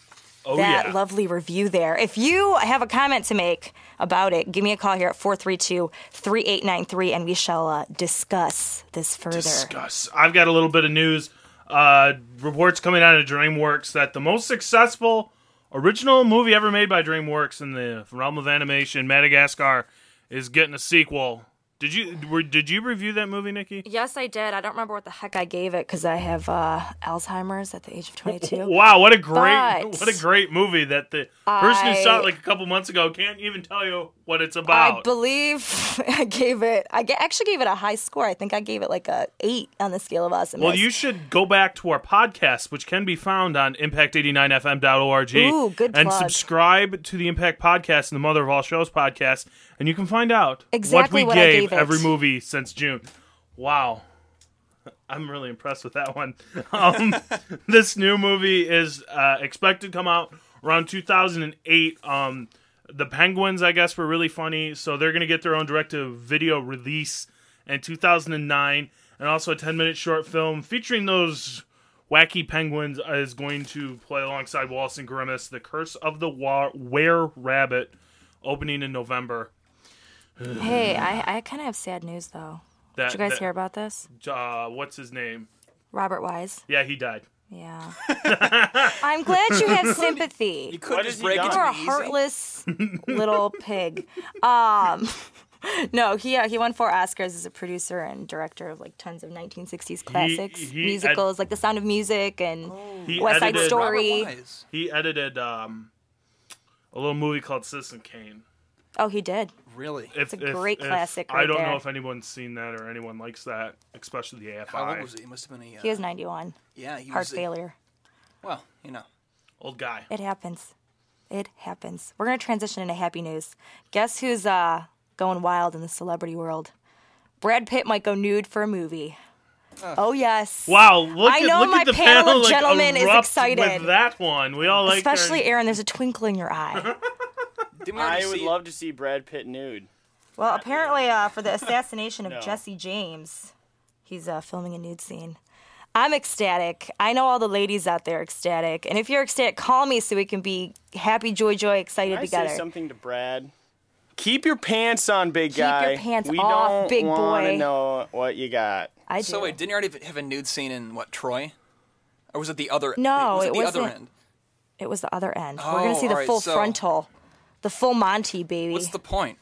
S11: Oh,
S6: that
S11: yeah.
S6: lovely review there. If you have a comment to make about it, give me a call here at 432 3893 and we shall uh, discuss this further.
S11: Discuss. I've got a little bit of news. Uh, reports coming out of DreamWorks that the most successful original movie ever made by DreamWorks in the realm of animation, Madagascar, is getting a sequel. Did you were, did you review that movie, Nikki?
S6: Yes, I did. I don't remember what the heck I gave it because I have uh, Alzheimer's at the age of 22.
S11: Wow, what a great
S6: But
S11: what a great movie that the person who saw
S6: I-
S11: it like a couple months ago can't even tell you what it's
S6: I
S11: about.
S6: believe I gave it, I ga- actually gave it a high score. I think I gave it like a 8 on the scale of awesomeness.
S11: Well, you should go back to our podcast, which can be found on impact89fm.org.
S6: Ooh, good
S11: And
S6: plug.
S11: subscribe to the Impact Podcast and the Mother of All Shows podcast, and you can find out
S6: Exactly
S11: what we
S6: what I
S11: gave,
S6: gave it.
S11: every movie since June. Wow. I'm really impressed with that one. Um, this new movie is uh, expected to come out around 2008. Um, the Penguins, I guess, were really funny, so they're going to get their own direct-to-video release in 2009, and also a 10-minute short film featuring those wacky penguins is going to play alongside Wallace and Grimace, The Curse of the Wa- Were Rabbit, opening in November.
S6: Hey, I, I kind of have sad news though.
S11: That-
S6: Did you guys
S11: that-
S6: hear about this?
S11: Uh, what's his name?
S6: Robert Wise.
S11: Yeah, he died.
S6: Yeah. I'm glad you have sympathy. You
S16: could What just has he break it done?
S6: You're a
S16: to me easy.
S6: heartless little pig. Um, no, he uh, he won four Oscars as a producer and director of like tons of 1960s classics,
S11: he
S6: musicals
S11: ed- Oh.
S6: like The Sound of Music and West Side
S11: edited-
S6: Story.
S11: He edited um, a little movie called Citizen Kane.
S6: Oh, he did.
S16: Really?
S6: It's a great classic.
S11: I
S6: right
S11: don't
S6: there.
S11: know if anyone's seen that or anyone likes that, especially the AFI.
S16: How old was he? He must have been a. Uh,
S6: He was 91.
S16: Yeah, he
S6: heart
S16: was a-
S6: failure.
S16: Well, you know.
S11: Old guy.
S6: It happens. It happens. We're gonna transition into happy news. Guess who's uh going wild in the celebrity world? Brad Pitt might go nude for a movie. Oh yes.
S11: Wow! Look
S6: I
S11: at
S6: know
S11: look
S6: my
S11: at the
S6: panel, of
S11: like,
S6: gentlemen is
S11: erupt
S6: excited.
S11: with that one. We all like uh,
S6: Especially Aaron, there's a twinkle in your eye.
S9: I would love to see Brad Pitt nude.
S6: well, apparently, uh, for the assassination of
S9: No.
S6: Jesse James, he's uh, filming a nude scene. I'm ecstatic. I know all the ladies out there are ecstatic. And if you're ecstatic, call me so we can be happy, joy, joy, excited
S9: Can I
S6: together.
S9: say something to Brad? Keep your pants on, big
S6: your
S9: guy.
S6: pants
S9: we
S6: off,
S9: don't
S6: big
S9: wanna
S6: boy.
S9: know what you got.
S6: I
S16: So
S6: do.
S16: wait, didn't you already have a nude scene in what Troy? Or was it the other?
S6: No,
S16: was it,
S6: it
S16: the
S6: wasn't.
S16: other end.
S6: It was the other end. We're gonna
S16: Oh,
S6: see the
S16: alright,
S6: full
S16: so-
S6: frontal, the full Monty, baby. What's
S16: the point?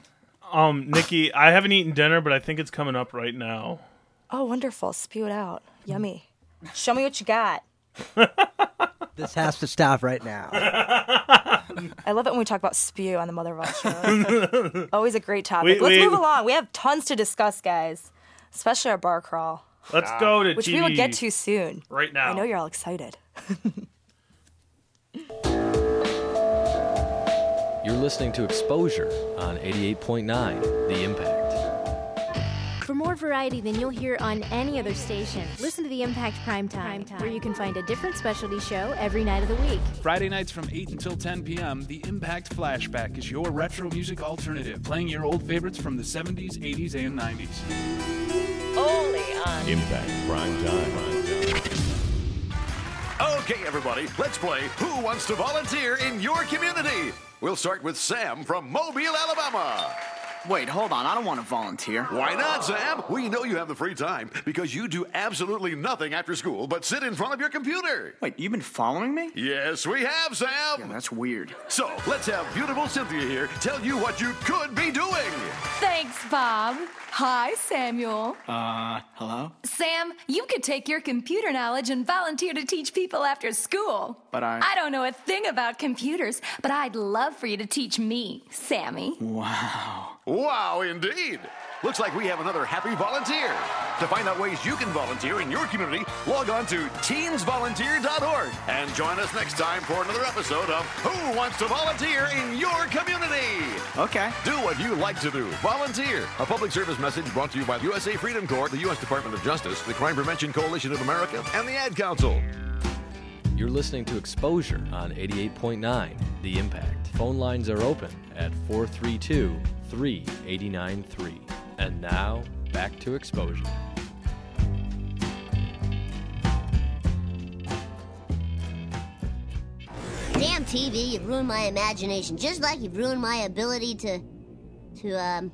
S11: Aaron. Um, Nikki, I haven't eaten dinner, but I think it's coming up right now.
S6: Oh, wonderful! Spew it out, yummy. Show me what you got.
S10: This has to stop right now.
S6: I love it when we talk about spew on the mother of all shows. Always a great topic.
S10: Wait,
S6: Let's
S10: wait.
S6: move along. We have tons to discuss, guys. especially our bar crawl.
S11: Let's go to
S6: which we will
S11: TV
S6: get to soon.
S11: right now.
S6: I know you're all excited.
S2: You're listening to Exposure on 88.9 The Impact.
S3: For more variety than you'll hear on any other station, listen to the Impact Primetime, Time, where you can find a different specialty show every night of the week.
S4: Friday nights from 8 until 10 p.m., the Impact Flashback is your retro music alternative, playing your old favorites from the 70s, 80s, and 90s.
S17: Only on.
S1: Impact Prime Time.
S18: Okay, everybody, let's play Who Wants to Volunteer in Your Community? We'll start with Sam from Mobile, Alabama.
S19: Wait, hold on. I don't want to volunteer.
S18: Why not, Sam? We know you have the free time because you do absolutely nothing after school but sit in front of your computer.
S19: Wait, you've been following me?
S18: Yes, we have, Sam. Yeah,
S19: that's weird.
S18: So let's have beautiful Cynthia here tell you what you could be doing.
S20: Thanks, Bob. Hi, Samuel.
S19: Uh, hello?
S20: Sam, you could take your computer knowledge and volunteer to teach people after school.
S19: But I.
S20: I don't know a thing about computers, but I'd love for you to teach me, Sammy.
S18: Wow. Wow, indeed. Looks like we have another happy volunteer. To find out ways you can volunteer in your community, log on to teensvolunteer.org and join us next time for another episode of Who Wants to Volunteer in Your Community?
S19: Okay.
S18: Do what you like to do. Volunteer. A public service message brought to you by the USA Freedom Corps, the U.S. Department of Justice, the Crime Prevention Coalition of America, and the Ad Council.
S2: You're listening to Exposure on 88.9 The Impact. Phone lines are open at 432 3893. And now, back to Exposure.
S21: Damn TV, you've ruined my imagination, just like you've ruined my ability to. to, um.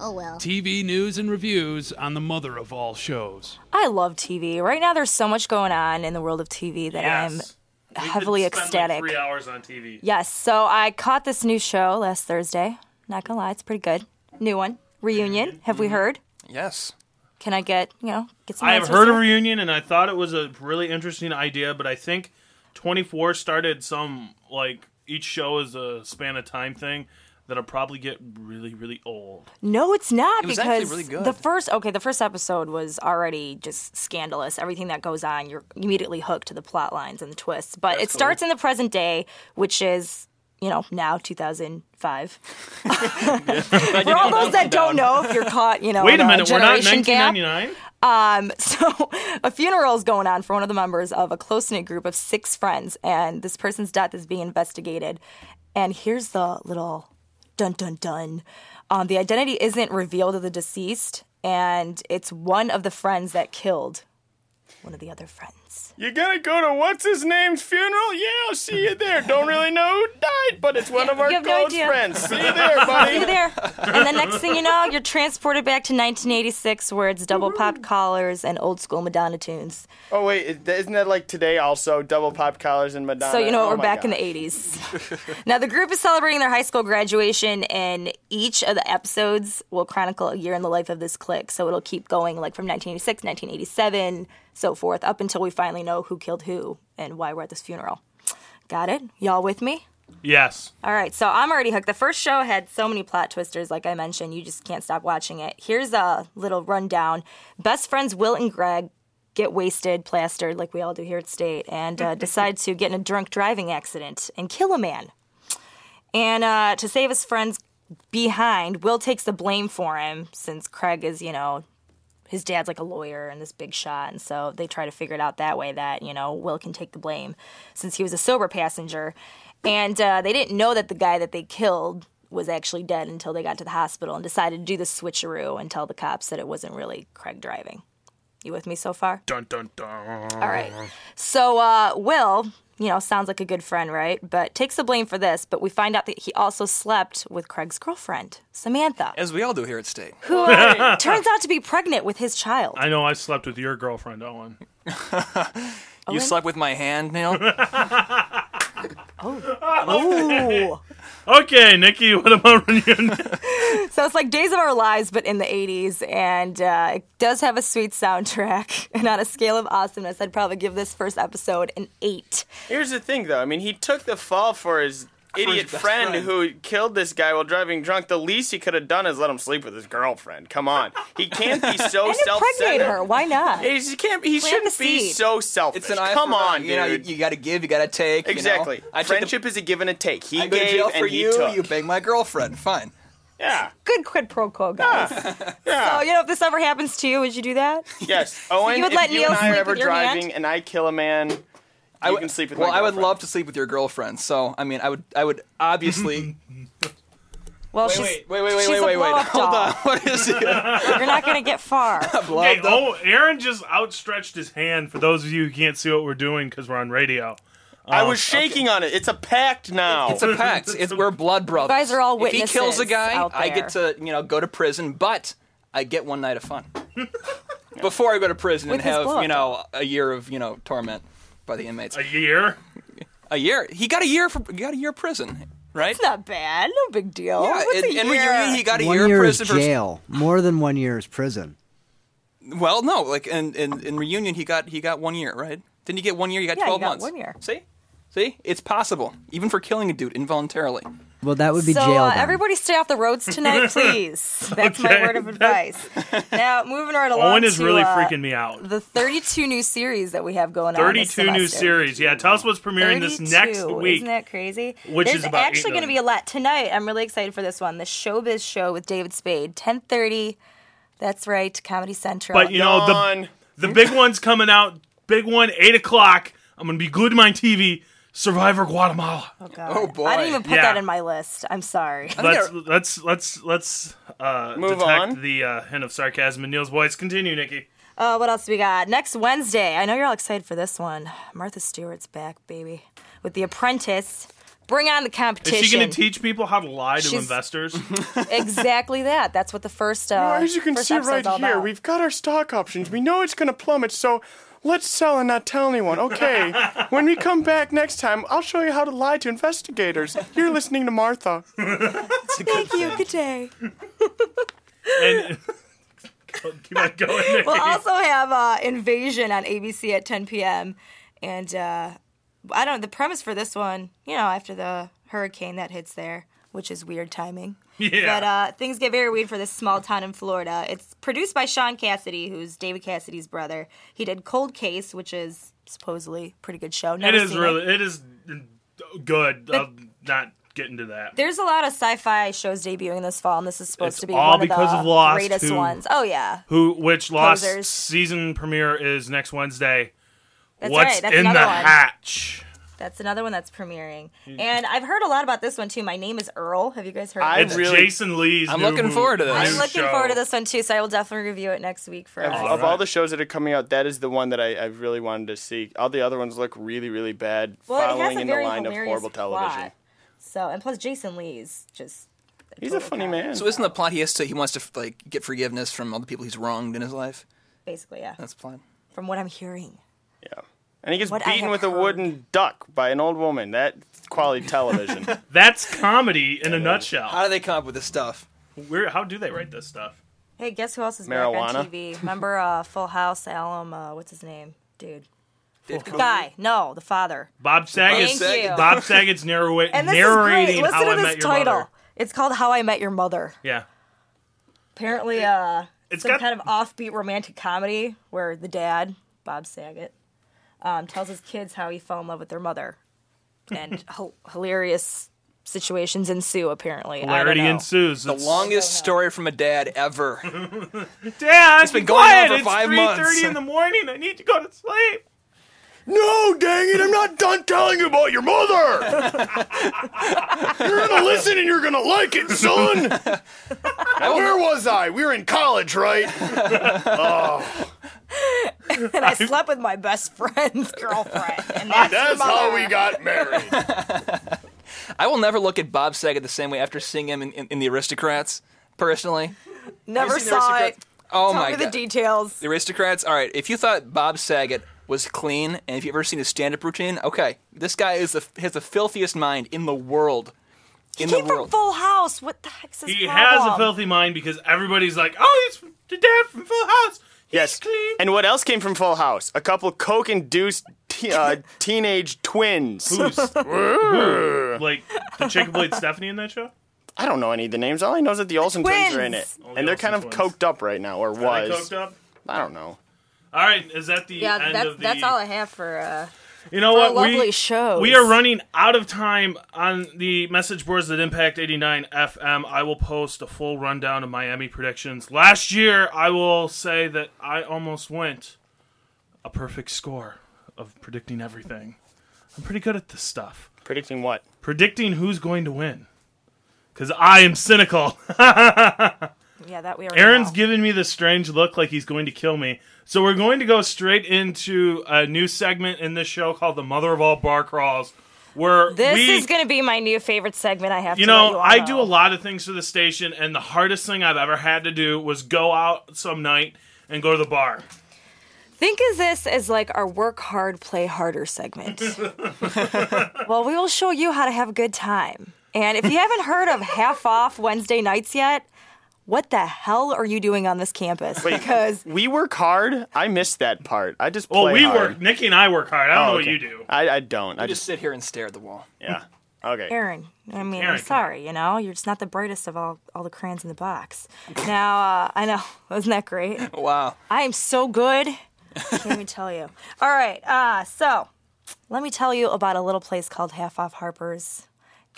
S21: Oh well.
S4: TV news and reviews on the mother of all shows.
S6: I love TV. Right now, there's so much going on in the world of TV that
S11: Yes.
S6: I'm
S11: We could
S6: heavily
S11: spend, like,
S6: ecstatic.
S11: three hours on TV.
S6: Yes, so I caught this new show last Thursday. Not gonna lie, it's pretty good. New one,
S11: Mm-hmm.
S6: reunion. Have we heard?
S16: Yes.
S6: Can I get you know get some?
S11: I have
S6: answers
S11: heard
S6: here?
S11: of reunion, and I thought it was a really interesting idea, but I think 24 started some like each show is a span of time thing that'll probably get really, really old.
S6: No, it's not
S11: It was actually
S6: because
S11: really good.
S6: the first okay, the first episode was already just scandalous. Everything that goes on, you're immediately hooked to the plot lines and the twists. But it
S22: That's cool.
S6: starts in the present day, which is you know now 2005. For all those that don't know, if you're caught, you know,
S11: Wait
S6: in
S11: a minute, we're not in
S6: generation gap,
S11: 1999.
S6: um, so a funeral is going on for one of the members of a close knit group of six friends, and this person's death is being investigated. And here's the little dun dun dun. Um, the identity isn't revealed of the deceased, and it's one of the friends that killed one of the other friends.
S9: You gonna go to what's his name's funeral? Yeah, I'll see you there. Don't really know who died, but it's one of our
S6: You have no
S9: close
S6: idea.
S9: friends. See you there, buddy.
S6: See you there. And the next thing you know, you're transported back to 1986, where it's double popped collars and old school Madonna tunes.
S9: Oh wait, is- isn't that like today also? Double pop collars and Madonna.
S6: So you know
S9: Oh
S6: what? we're
S9: my
S6: back in the
S9: gosh.
S6: 80s. now the group is celebrating their high school graduation, and each of the episodes will chronicle a year in the life of this clique. So it'll keep going like from 1986, 1987, so forth, up until we finally know who killed who and why we're at this funeral. Got it? Y'all with me?
S11: Yes.
S6: All right, so I'm already hooked. The first show had so many plot twisters, like I mentioned, you just can't stop watching it. Here's a little rundown Best friends Will and Greg get wasted, plastered, like we all do here at State, and uh, decide to get in a drunk driving accident and kill a man. And uh, to save his friends behind, Will takes the blame for him since Craig is, you know, his dad's like a lawyer and this big shot. And so they try to figure it out that way that, you know, Will can take the blame since he was a sober passenger. And uh, they didn't know that the guy that they killed was actually dead until they got to the hospital and decided to do the switcheroo and tell the cops that it wasn't really Craig driving. You with me so far?
S11: Dun dun dun.
S6: All right. So, uh, Will, you know, sounds like a good friend, right? But takes the blame for this. But we find out that he also slept with Craig's girlfriend, Samantha,
S16: As we all do here at State.
S6: who uh, turns out to be pregnant with his child.
S11: I know I slept with your girlfriend, Owen.
S16: You slept with my hand, Neil?
S6: Oh.
S11: Okay, Nikki, what about reunion?
S6: So it's like Days of Our Lives, but in the 80s, and uh, it does have a sweet soundtrack. And on a scale of awesomeness, I'd probably give this first episode an eight.
S9: Here's the thing, though. I mean, he took the fall for his idiot
S16: best
S9: friend,
S16: friend.
S9: who killed this guy while driving drunk, the least he could have done is let him sleep with his girlfriend. Come on, he can't be so
S6: and impregnate
S9: self-centered.
S6: her. Why not?
S9: He just can't. He
S6: Plant
S9: shouldn't
S6: the
S9: be
S6: seed.
S9: so selfish.
S16: It's an eye
S9: Come
S16: for an eye.
S9: on,
S16: You know, you-
S9: dude. got to give. You got to take.
S16: you know?
S9: Exactly.
S16: I took the-
S9: Friendship is a give and a take. He
S16: I go
S9: gave
S16: to jail for
S9: and he
S16: you.
S9: took.
S16: You bang my girlfriend. Fine.
S9: Yeah. Ah,
S6: Good quid pro quo, guys. So, you know, if this ever happens to you, would you do that?
S9: Yes, Owen.
S6: you would
S9: if
S6: let
S9: you
S6: Neil
S9: and I are
S6: sleep
S9: ever
S6: with your
S9: driving
S6: hand?
S9: and I kill a man, you
S16: I would-
S9: can sleep with
S16: Well,
S9: my
S16: I would love to sleep with your girlfriend. So, I mean, I would, I would obviously.
S6: Well,
S16: wait,
S6: she's,
S16: wait, wait, wait,
S6: she's
S16: wait,
S6: a
S16: wait, wait.
S6: blow-up
S16: Hold
S6: doll.
S16: on. What is it?
S6: You're not going to get far.
S11: Okay, oh, Aaron just outstretched his hand for those of you who can't see what we're doing because we're on radio. Um,
S9: I was shaking on it. It's a pact now.
S16: It's a pact. It's, we're blood brothers.
S9: guys are all
S16: If he kills a
S9: witnesses
S16: guy,
S9: out
S16: I get to you know go to prison, but I get one night of fun before I go to prison
S9: With
S16: and
S9: his
S16: have
S9: blood.
S16: you know a year of you know torment by the inmates. A
S11: year.
S16: A year. He got a year for. He got a year of prison. Right? It's
S6: not bad. No big deal.
S16: Yeah,
S6: What's
S16: Oh, and,
S6: a
S16: and when
S6: year?
S16: you- he got a
S10: one
S16: year,
S10: year
S16: of
S10: is
S16: prison for
S10: jail. More than one year is prison.
S16: Well, no, like in, in, in reunion, he got he got one year, right? Didn't he get one year? You got
S6: Yeah, he
S16: twelve
S6: got
S16: months.
S6: one year.
S16: See, see, it's possible, even for killing a dude involuntarily.
S10: Well, that would be
S6: so,
S10: jail.
S6: uh,
S10: then.
S6: everybody stay off the roads tonight, please. That's
S10: Okay,
S6: my word of advice. now, moving right along.
S11: Owen is
S6: to,
S11: really
S6: uh,
S11: freaking me out.
S6: The 32 new series that we have going on. this
S11: 32 new
S6: semester.
S11: series. Yeah, tell us what's premiering this
S6: 32.
S11: next week.
S6: Isn't that crazy?
S11: Which
S6: There's
S11: is about eight
S6: actually going to be a
S11: million.
S6: lot tonight. I'm really excited for this one. The Showbiz Show with David Spade, 10:30. That's right, Comedy Central.
S11: But you know the the big one's coming out. Big one, eight o'clock. I'm gonna be glued to my TV. Survivor Guatemala.
S6: Oh, God. I didn't even put
S11: Yeah.
S6: that in my list. I'm sorry.
S11: Let's let's let's let's uh,
S6: Move
S11: detect the uh, hint of sarcasm in Neil's voice. Continue, Nikki.
S6: Uh, what else we got? Next Wednesday. I know you're all excited for this one. Martha Stewart's back, baby, with The Apprentice. Bring on the
S11: Is
S6: competition.
S11: she going to teach people how to lie to
S6: She's-
S11: investors?
S6: exactly that. That's what the first. Uh,
S9: Well, as you can
S6: first
S9: see
S6: episode's
S9: right
S6: all
S9: here,
S6: about.
S9: we've got our stock options. We know it's going to plummet, so let's sell and not tell anyone. Okay. when we come back next time, I'll show you how to lie to investigators. You're listening to Martha.
S6: Thank you. Good day.
S11: Keep on going, Nikki.
S6: We'll also have uh, Invasion on ABC at 10 p.m. And uh, I don't know, the premise for this one, you know, after the hurricane that hits there, which is weird timing.
S5: Yeah.
S6: But uh, things get very weird for this small town in Florida. It's produced by Sean Cassidy, who's David Cassidy's brother. He did Cold Case, which is supposedly a pretty good show.
S11: it
S6: Never
S11: is
S6: seen
S11: really it is good.
S6: The-
S11: I'm not getting to that.
S6: There's a lot of sci-fi shows debuting this fall, and this is supposed
S11: It's
S6: to be
S11: all
S6: one
S11: because
S6: of the
S11: of Lost,
S6: greatest
S11: who-
S6: ones. Oh yeah,
S11: Who which lost
S6: Posers.
S11: season premiere is next Wednesday.
S6: That's
S11: What's
S6: right, that's
S11: in the
S6: another one.
S11: hatch?
S6: That's another one that's premiering. And I've heard a lot about this one too. My name is Earl. Have you guys heard? of
S11: it's
S6: it?
S11: Jason Lee's.
S16: I'm
S11: new
S16: looking
S11: mo-
S16: forward to this.
S6: I'm
S11: new
S6: looking
S11: show.
S6: forward to this one too, so I will definitely review it next week for
S9: Of,
S6: us.
S9: of all the shows that are coming out, that is the one that I, I really wanted to see. All the other ones look really, really bad,
S6: Well, it has
S9: following
S6: a
S9: in the
S6: very
S9: line of
S6: hilarious
S9: horrible television.
S6: plot. So, and plus Jason Lee's just
S9: He's a funny man.
S16: So isn't the plot he has to he wants to like get forgiveness from all the people he's wronged in his life?
S6: basically yeah.
S16: That's fine.
S6: From what I'm hearing.
S9: And he gets
S6: What I
S9: beaten
S6: have
S9: with a wooden duck by an old woman. That quality television.
S11: That's comedy in a nutshell.
S16: How do they come up with this stuff?
S11: Where? How do they write this stuff?
S6: Hey, guess who else is back
S11: Marijuana?
S6: on TV? Remember uh, Full House? Alum, uh, what's his name, dude?
S11: Dave
S6: The
S11: Cooley?
S6: guy? No, the father.
S11: Bob Saget.
S6: Thank you.
S11: Bob Saget's narrate,
S6: And this
S11: narrating
S6: is great. Listen
S11: how
S6: to
S11: I
S6: this
S11: met
S6: title.
S11: your mother.
S6: It's called How I Met Your Mother.
S11: Yeah.
S6: Apparently, uh,
S11: it's
S6: some
S11: got-
S6: kind of offbeat romantic comedy where the dad, Bob Saget, um, tells his kids how he fell in love with their mother, and h- hilarious situations ensue. Apparently, I don't know.
S11: ensues.
S16: The
S6: It's-
S16: longest story from a dad ever.
S11: Dad,
S16: It's been
S11: be
S16: going on
S11: quiet.
S16: for
S11: it's
S16: five months.
S11: 3:30 in the morning. I need to go to sleep.
S18: No, dang it, I'm not done telling you about your mother! you're gonna listen and you're gonna like it, son! Where was I? We were in college, right? oh,
S6: and I slept with my best friend's girlfriend. And that's,
S18: that's
S6: your
S18: how
S6: mother.
S18: we got married.
S16: I will never look at Bob Saget the same way after seeing him in, in, in The Aristocrats. Personally,
S6: Never
S16: Have you seen The
S6: saw it.
S16: Aristocrats? Oh
S6: Tell
S16: my
S6: me the
S16: God.
S6: details.
S16: The Aristocrats. All right, if you thought Bob Saget was clean, and if you've ever seen his stand-up routine, okay, this guy is the, has the filthiest mind in the world. In the
S6: Came from
S16: world.
S6: Full House. What the heck's his
S11: He
S6: problem?
S11: has a filthy mind because everybody's like, "Oh, he's the dad from Full House."
S9: yes. And what else came from Full House? A couple coke-induced te- uh, teenage twins.
S11: Who's- who? like the chick who played Stephanie in that show?
S9: I don't know any of the names. All I know is that the Olsen twins, are in it,
S11: Twins! Oh, the
S9: and they're kind of
S11: Olsen
S9: coked up right now, or
S11: Are they
S9: was.
S11: coked up?
S9: I don't know.
S11: All right, is that the
S6: yeah,
S11: end
S6: that's
S11: of the?
S6: that's all I have for. Uh,
S11: You know
S6: for
S11: what?
S6: Lovely
S11: we,
S6: shows.
S11: We are running out of time on the message boards that impact 89 FM. I will post a full rundown of Miami predictions. Last year, I will say that I almost went a perfect score of predicting everything. I'm pretty good at this stuff.
S9: Predicting what?
S11: Predicting who's going to win. Because I am cynical.
S6: Yeah, that we already
S11: Aaron's
S6: know.
S11: giving me this strange look like he's going to kill me. So we're going to go straight into a new segment in this show called the Mother of All Bar Crawls, where
S6: This
S11: we,
S6: is going to be my new favorite segment. I have
S11: you
S6: to let
S11: know,
S6: you all
S11: I do a lot of things for the station, and the hardest thing I've ever had to do was go out some night and go to the bar.
S6: Think of this as like our work hard, play harder segment. well, we will show you how to have a good time. And if you haven't heard of half off Wednesday nights yet, what the hell are you doing on this campus?
S9: Wait,
S6: Because
S9: we work hard. I missed that part. I just play
S11: Well, we
S9: hard.
S11: work. Nikki and I work hard. I don't know
S9: Oh,
S11: what
S9: okay.
S11: you do.
S9: I, I don't. I
S16: I
S9: just
S16: just sit here and stare at the wall.
S9: yeah. Okay.
S6: Aaron, I mean,
S9: Aaron,
S6: I'm sorry, you know, you're just not the brightest of all, all the crayons in the box. Now, uh, I know, wasn't that great?
S16: Wow.
S6: I am so good. I can't even tell you. All right, uh, so let me tell you about a little place called Half Off Harper's.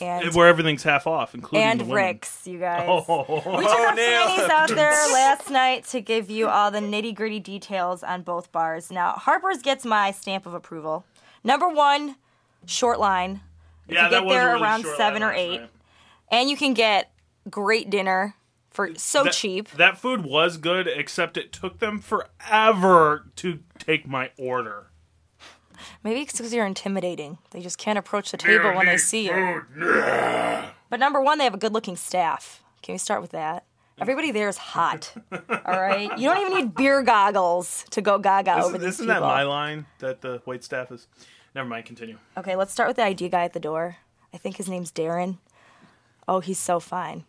S6: And
S11: Where everything's half off, including the
S6: and
S11: women.
S6: Rick's, you guys.
S11: Oh.
S6: We took our
S11: nailed
S6: fannies
S11: it.
S6: out there last night to give you all the nitty gritty details on both bars. Now, Harper's gets my stamp of approval. Number one, short line. If
S11: Yeah,
S6: you
S11: that
S6: get
S11: was a
S6: there
S11: really
S6: around
S11: short
S6: seven
S11: line
S6: or
S11: last
S6: eight,
S11: night.
S6: and you can get great dinner for so
S11: That-
S6: cheap.
S11: That food was good, except it took them forever to take my order.
S6: Maybe it's because you're intimidating. They just can't approach the table when they see you. But number one, they have a good looking staff. Can we start with that? Everybody there is hot. All right? You don't even need beer goggles to go gaga over
S11: Isn't,
S6: these
S11: isn't
S6: people.
S11: that my line that the wait staff is? Never mind, continue.
S6: Okay, let's start with the ID guy at the door. I think his name's Darren. Oh, he's so fine.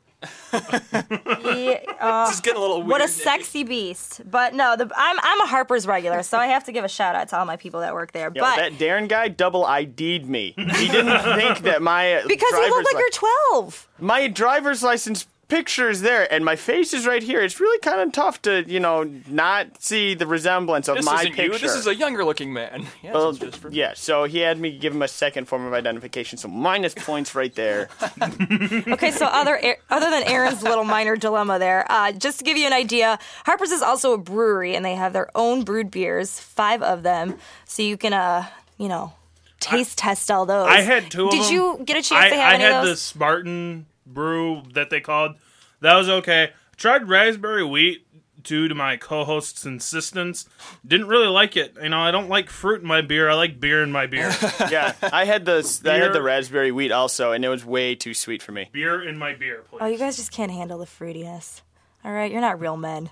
S6: he, uh,
S16: This is getting a little
S6: What a
S16: weird,
S6: sexy beast! But no, the, I'm I'm a Harper's regular, so I have to give a shout out to all my people that work there.
S9: Yeah,
S6: but
S9: that Darren guy double ID'd me. He didn't think that my uh,
S6: because you look
S9: driver's
S6: like
S9: li-
S6: you're 12.
S9: my driver's license picture is there, and my face is right here. It's really kind of tough to you know not see the resemblance of
S16: This
S9: my
S16: isn't
S9: picture.
S16: you. This is a younger looking man. Yeah,
S9: Well,
S16: this is just for
S9: yeah, so he had me give him a second form of identification, so minus points right there.
S6: Okay, so other other than Aaron's little minor dilemma there, uh, just to give you an idea, Harper's is also a brewery, and they have their own brewed beers, five of them, so you can uh you know taste test all those.
S11: I had two of
S6: Did
S11: them.
S6: you get a chance
S11: I,
S6: to have
S11: I
S6: any
S11: had
S6: of
S11: the
S6: those?
S11: Spartan brew that they called. That was okay. I tried raspberry wheat due to my co-host's insistence. Didn't really like it. You know, I don't like fruit in my beer. I like beer in my beer.
S9: yeah, I had the I
S11: Beer.
S9: had the raspberry wheat also, and it was way too sweet for me.
S11: beer in my beer, please.
S6: Oh, you guys just can't handle the fruitiness. All right, you're not real men.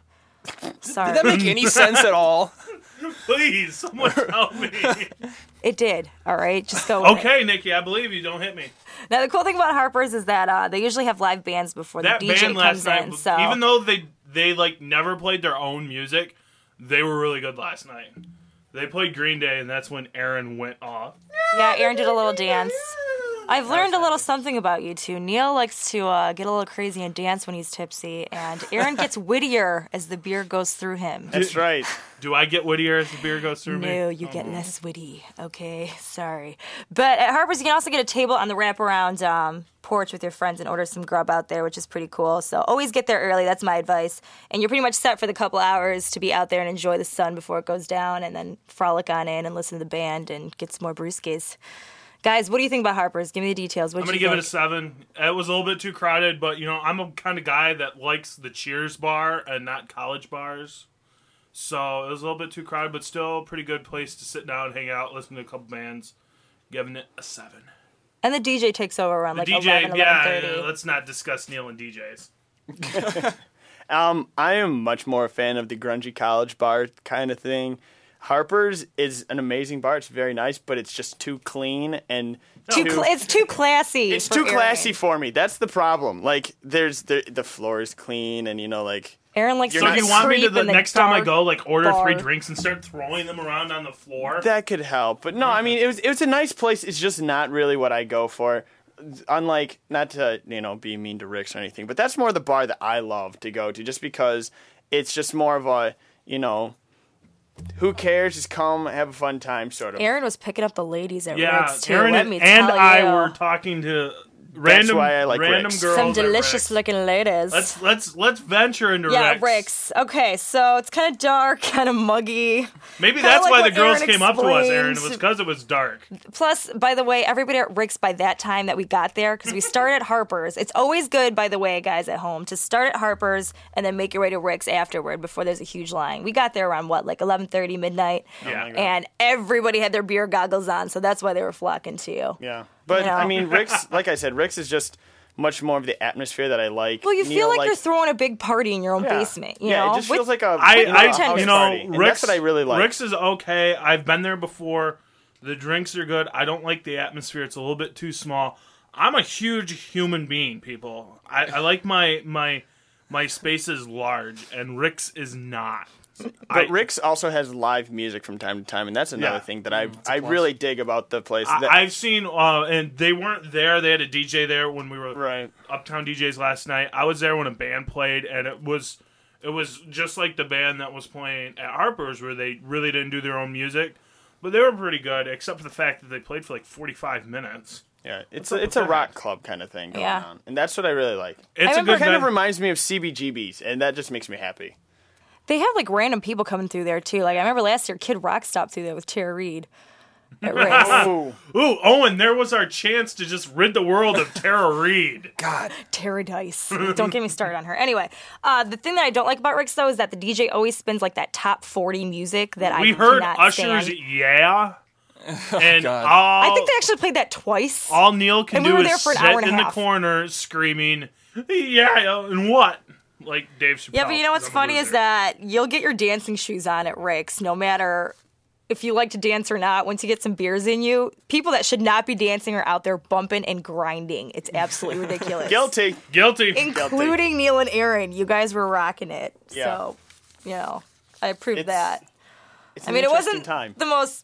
S6: Sorry.
S16: Did that make any sense at all?
S11: Please, someone help me.
S6: It did. All right, just go. with it.
S11: okay, Nikki, I believe you. Don't hit me.
S6: Now the cool thing about Harper's is that uh, they usually have live bands before
S11: that
S6: the DJ
S11: band
S6: comes
S11: last night,
S6: in. So
S11: even though they they like never played their own music, they were really good last night. They played Green Day, and that's when Aaron went off.
S6: Yeah, Aaron did a little dance. I've learned a little something about you two. Neil likes to uh, get a little crazy and dance when he's tipsy, and Aaron gets wittier as the beer goes through him.
S11: That's
S9: right.
S11: Do I get wittier as the beer goes through me? Oh,
S6: No, you get less witty. Okay, sorry. But at Harper's, you can also get a table on the wraparound um, porch with your friends and order some grub out there, which is pretty cool. So always get there early. That's my advice. And you're pretty much set for the couple hours to be out there and enjoy the sun before it goes down, and then frolic on in and listen to the band and get some more brewskis. Guys, what do you think about Harper's? Give me the details. What
S11: I'm gonna
S6: you
S11: give it
S6: think?
S11: a seven. It was a little bit too crowded, but you know I'm a kind of guy that likes the Cheers bar and not college bars. So it was a little bit too crowded, but still a pretty good place to sit down, hang out, listen to a couple bands. Giving it a seven.
S6: And the DJ takes over around
S11: The
S6: like
S11: DJ,
S6: 11,
S11: yeah,
S6: 11:30.
S11: yeah, let's not discuss Neil and DJs.
S9: Um, I am much more a fan of the grungy college bar kind of thing. Harper's is an amazing bar. It's very nice, but it's just too clean and
S6: Too cla it's too classy.
S9: It's
S6: for
S9: too
S6: Aaron.
S9: classy for me. That's the problem. Like, there's the the floor is clean, and you know, like
S6: Aaron likes
S11: So
S6: to
S11: do you want me to
S6: creep
S11: the
S6: in the
S11: next time I
S6: dark
S11: go like order three
S6: bar.
S11: drinks and start throwing them around on the floor?
S9: That could help, but no, I mean it was it was a nice place. It's just not really what I go for. Unlike not to you know be mean to Rick's or anything, but that's more the bar that I love to go to, just because it's just more of a you know, who cares? Just come have a fun time sort of.
S6: Aaron was picking up the ladies at
S11: Yeah,
S6: Rick's too.
S11: Aaron
S6: let
S11: and-
S6: me
S11: and
S6: tell
S11: I
S6: you.
S11: were talking to random
S9: why I like
S11: random
S9: Rick's.
S11: girls.
S6: some
S11: at
S6: delicious looking ladies.
S11: Let's let's let's venture into
S6: yeah,
S11: Rick's.
S6: Rick's. Okay, so it's kind of dark, kind of muggy.
S11: Maybe
S6: Kinda
S11: that's
S6: like
S11: why
S6: what
S11: the girls
S6: Aaron
S11: came up to us, Aaron. It
S6: explained.
S11: was because it was dark.
S6: Plus, by the way, everybody at Rick's by that time that we got there, because we started at Harper's. It's always good, by the way, guys at home, to start at Harper's and then make your way to Rick's afterward before there's a huge line. We got there around what, like 11:30 midnight,
S9: Yeah. Oh my God.
S6: and everybody had their beer goggles on, so that's why they were flocking to you.
S9: Yeah, but
S6: You know?
S9: I mean Rick's. Like I said, Rick's is just much more of the atmosphere that I like.
S6: Well, you
S9: Neil
S6: feel like, you're
S9: likes-
S6: throwing a big party in your own basement. You
S9: Yeah, it
S6: know?
S9: just feels like a-
S11: I,
S9: you know, a
S11: I,
S9: house
S11: you know,
S9: party. And
S11: Rick's,
S9: that's what I really like.
S11: Rick's is okay. I've been there before. The drinks are good. I don't like the atmosphere. It's a little bit too small. I'm a huge human being, people. I, I like my my my spaces large, and Rick's is not.
S9: But Rick's also has live music from time to time, and that's another
S11: Yeah.
S9: thing that I
S11: a
S9: I
S11: plus.
S9: really dig about the place. that-
S11: I, I've seen, uh, and they weren't there. They had a DJ there when we were Uptown DJs last night. I was there when a band played, and it was it was just like the band that was playing at Harper's, where they really didn't do their own music, but they were pretty good, except for the fact that they played for like forty five minutes.
S9: Yeah, it's
S11: What's up
S9: a, it's
S11: with
S9: a
S11: that?
S9: rock club kind of thing going
S11: Yeah.
S9: on, and that's what I really like.
S11: It's I a
S9: it
S11: remember- good
S9: kind of
S11: vibe.
S9: reminds me of CBGBs, and that just makes me happy.
S6: They have like random people coming through there too. Like I remember last year, Kid Rock stopped through there with Tara Reed. At Rick's.
S11: Ooh, Owen, there was our chance to just rid the world of Tara Reed.
S6: God, Tara Dice. don't get me started on her. Anyway, uh, the thing that I don't like about Rick's though is that the DJ always spins like that top forty music that
S11: we
S6: I
S11: heard
S6: cannot
S11: Usher's
S6: stand. Oh,
S11: "Yeah," and all
S6: I think they actually played that twice.
S11: all Neil can
S6: and we
S11: do
S6: were
S11: is
S6: there for an
S11: sit
S6: hour and a
S11: in the
S6: half.
S11: corner screaming, "Yeah," and what? Like Dave Chappelle.
S6: Yeah, but you know what's
S11: I'm a
S6: funny
S11: loser.
S6: is that you'll get your dancing shoes on at Rick's, no matter if you like to dance or not. Once you get some beers in you, people that should not be dancing are out there bumping and grinding. It's absolutely ridiculous.
S9: Guilty,
S11: guilty,
S6: Including Neil and Aaron, you guys were rocking it.
S9: Yeah.
S6: So, you know, I approve that.
S9: it's
S6: I
S9: an
S6: mean, it
S9: interesting
S6: wasn't
S9: time.
S6: the most,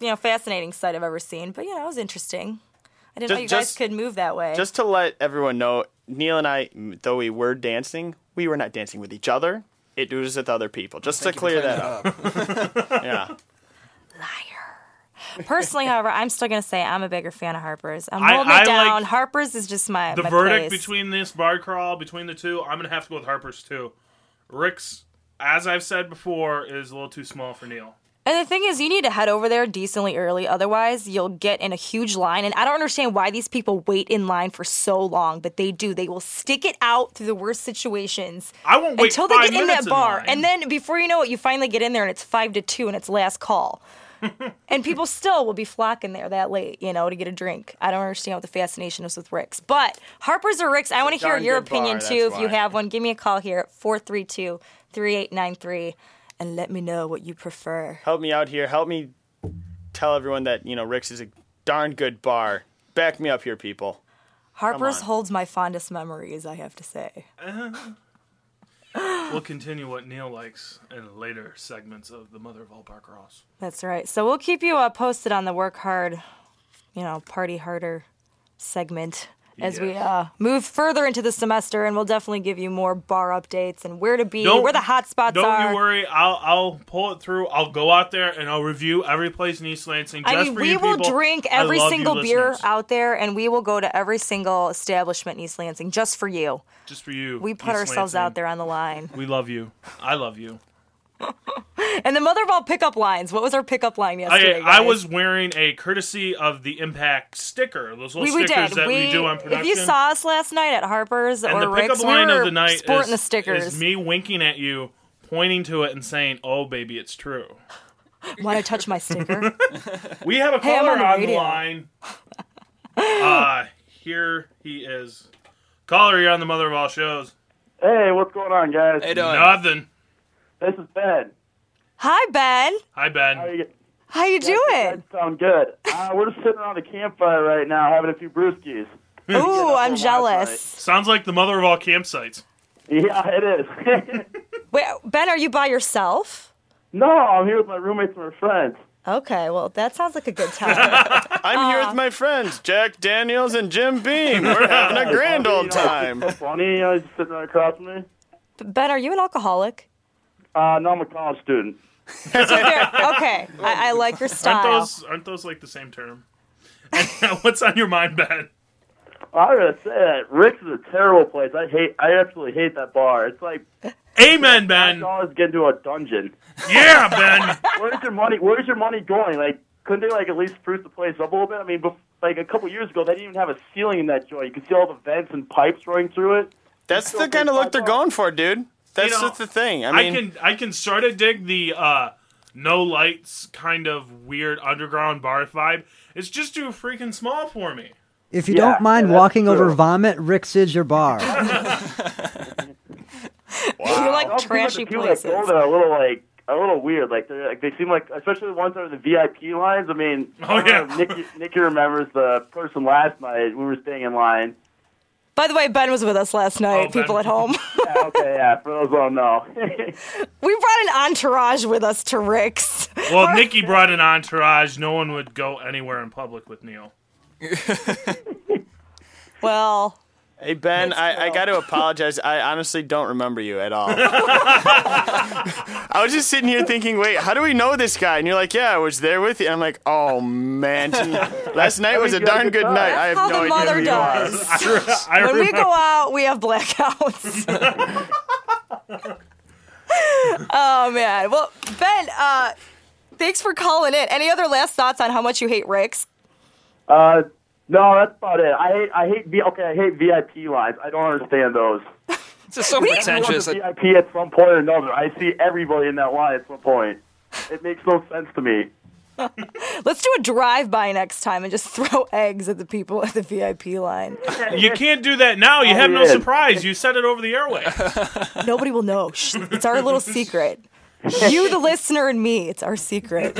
S6: you know, fascinating sight I've ever seen, but you know, it was interesting. I didn't
S9: Just-
S6: know you guys
S9: just-
S6: could move that way.
S9: Just to let everyone know, Neil and I, m- though we were dancing, we were not dancing with each other. It was with other people. Just to clear that up. yeah.
S6: Personally, however, I'm still going to say I'm a bigger fan of Harper's. I'm
S11: I-
S6: holding
S11: I
S6: it down.
S11: like-
S6: Harper's is just my
S11: the
S6: my
S11: verdict
S6: place.
S11: between this bar crawl between the two, I'm gonna have to go with Harper's too. Rick's, as I've said before, is a little too small for Neil.
S6: And the thing is, you need to head over there decently early. Otherwise, you'll get in a huge line. And I don't understand why these people wait in line for so long, but they do. They will stick it out through the worst situations.
S11: I won't wait
S6: until they
S11: five
S6: get in that
S11: minutes in
S6: bar.
S11: line.
S6: and then before you know it, you finally get in there and it's five to two and it's last call. and people still will be flocking there that late, you know, to get a drink. I don't understand what the fascination is with Rick's. But Harper's or Rick's, I want to hear
S5: darn
S6: your
S5: good bar,
S6: opinion
S5: that's
S6: too. If you
S5: why.
S6: have one, give me a call here at 432 3893 and let me know what you prefer.
S9: Help me out here. Help me tell everyone that, you know, Rick's is a darn good bar. Back me up here, people.
S6: Harper's
S9: on.
S6: holds my fondest memories, I have to say.
S11: Uh-huh. We'll continue what Neil likes in later segments of the Mother of All Bar Crawls.
S6: That's right. So we'll keep you uh, posted on the work hard, you know, party harder segment as we
S11: Yes.
S6: uh, move further into the semester, and we'll definitely give you more bar updates and where to be, where the hot spots
S11: don't
S6: are.
S11: you worry. I'll I'll pull it through. I'll go out there and I'll review every place in East Lansing. Just
S6: I mean,
S11: for
S6: we
S11: you
S6: will
S11: people.
S6: drink
S11: I
S6: every
S11: love you
S6: single beer
S11: listeners.
S6: out there, and we will go to every single establishment in East Lansing just for you.
S11: just for you.
S6: We put
S11: East
S6: ourselves
S11: Lansing.
S6: out there on the line.
S11: We love you. I love you.
S6: And the mother of all pickup lines. What was our pickup line
S11: I,
S6: yesterday?
S11: I
S6: guys?
S11: was wearing a courtesy of the Impact sticker. Those little
S6: we, we
S11: stickers
S6: did.
S11: that
S6: we,
S11: we, do on production.
S6: If you saw us last night at Harper's
S11: and
S6: or
S11: the pickup
S6: Rick's,
S11: line
S6: we were
S11: of the night
S6: sporting
S11: is,
S6: the stickers.
S11: is me winking at you, pointing to it, and saying, "Oh, baby, it's true."
S6: Want to touch my sticker?
S11: We have a
S6: Hey, I'm
S11: caller
S6: on the
S11: on the
S6: radio.
S11: line. uh, here he is. Caller, you're on the mother of all shows.
S22: Hey, what's going on, guys?
S11: Nothing.
S22: This is Ben.
S6: Hi, Ben.
S11: Hi, Ben. How
S22: you,
S6: How you doing?
S22: Sound good. Uh, we're just sitting around a campfire right now, having a few brewskis.
S6: Ooh, I'm jealous.
S11: Sounds like the mother of all campsites.
S22: Yeah, it is.
S6: Wait, Ben, are you by yourself?
S22: No, I'm here with my roommates and my friends.
S6: Okay, well, that sounds like a good time.
S9: I'm here with my friends, Jack Daniels and Jim Beam. We're having a grand old time.
S22: So funny, you know, just sitting right across from me.
S6: ben, are you an alcoholic?
S22: Uh, no, I'm a college student.
S6: Okay, I, I like your
S11: Aren't
S6: style.
S11: those aren't those like the same term? What's on your mind, Ben?
S22: I gotta say that Rick's is a terrible place. I hate. I absolutely hate that bar. It's like.
S11: Amen, Ben.
S22: Dollars get into a dungeon.
S11: Yeah, Ben.
S22: Where's your money? Where's your money going? Like, couldn't they like at least spruce the place up a little bit? I mean, bef- like a couple years ago, they didn't even have a ceiling in that joint. You could see all the vents and pipes running through it.
S9: That's the kind of look they're going for, dude. That's
S11: You know,
S9: just the thing. I mean,
S11: can I can sort of dig the uh, no lights kind of weird underground bar vibe. It's just too freaking small for me.
S10: If you don't mind walking over vomit, Rick's is your bar.
S6: You like
S22: Some people-
S6: trashy
S22: the people
S6: places.
S22: That go there are a little like a little weird. Like they're like they seem like especially the ones that are in the VIP lines. I mean, oh yeah, Nick, Nicky remembers the person last night we were staying in line.
S6: By the way, Ben was with us last
S11: Oh,
S6: night, people at home.
S22: Yeah, okay, yeah. For those who don't know,
S6: we brought an entourage with us to Rick's.
S11: Well, Nikki brought an entourage. No one would go anywhere in public with Neil.
S6: Well,
S9: hey Ben, I, I got to apologize. I honestly don't remember you at all. I was just sitting here thinking, wait, how do we know this guy? And you're like, yeah, I was there with you. And I'm like, oh man, last night was a darn good night. I have
S6: That's
S9: no
S6: how the
S9: idea
S6: mother
S9: who you are.
S6: does. when we go out, we have blackouts. oh man. Well, Ben, uh, thanks for calling in. Any other last thoughts on how much you hate Rick's?
S22: uh, no, that's about it. I hate I hate V. Okay, I hate VIP lines. I don't understand those.
S16: It's just so pretentious.
S22: Everyone's a VIP at some point or another. I see everybody in that line at some point. It makes no sense to me.
S6: Let's do a drive-by next time and just throw eggs at the people at the VIP line.
S11: You can't do that now. You
S6: Oh,
S11: have no
S6: yeah.
S11: surprise. You said it over the airway.
S6: Nobody will know. Shh, It's our little secret. You, the listener, and me. It's our secret.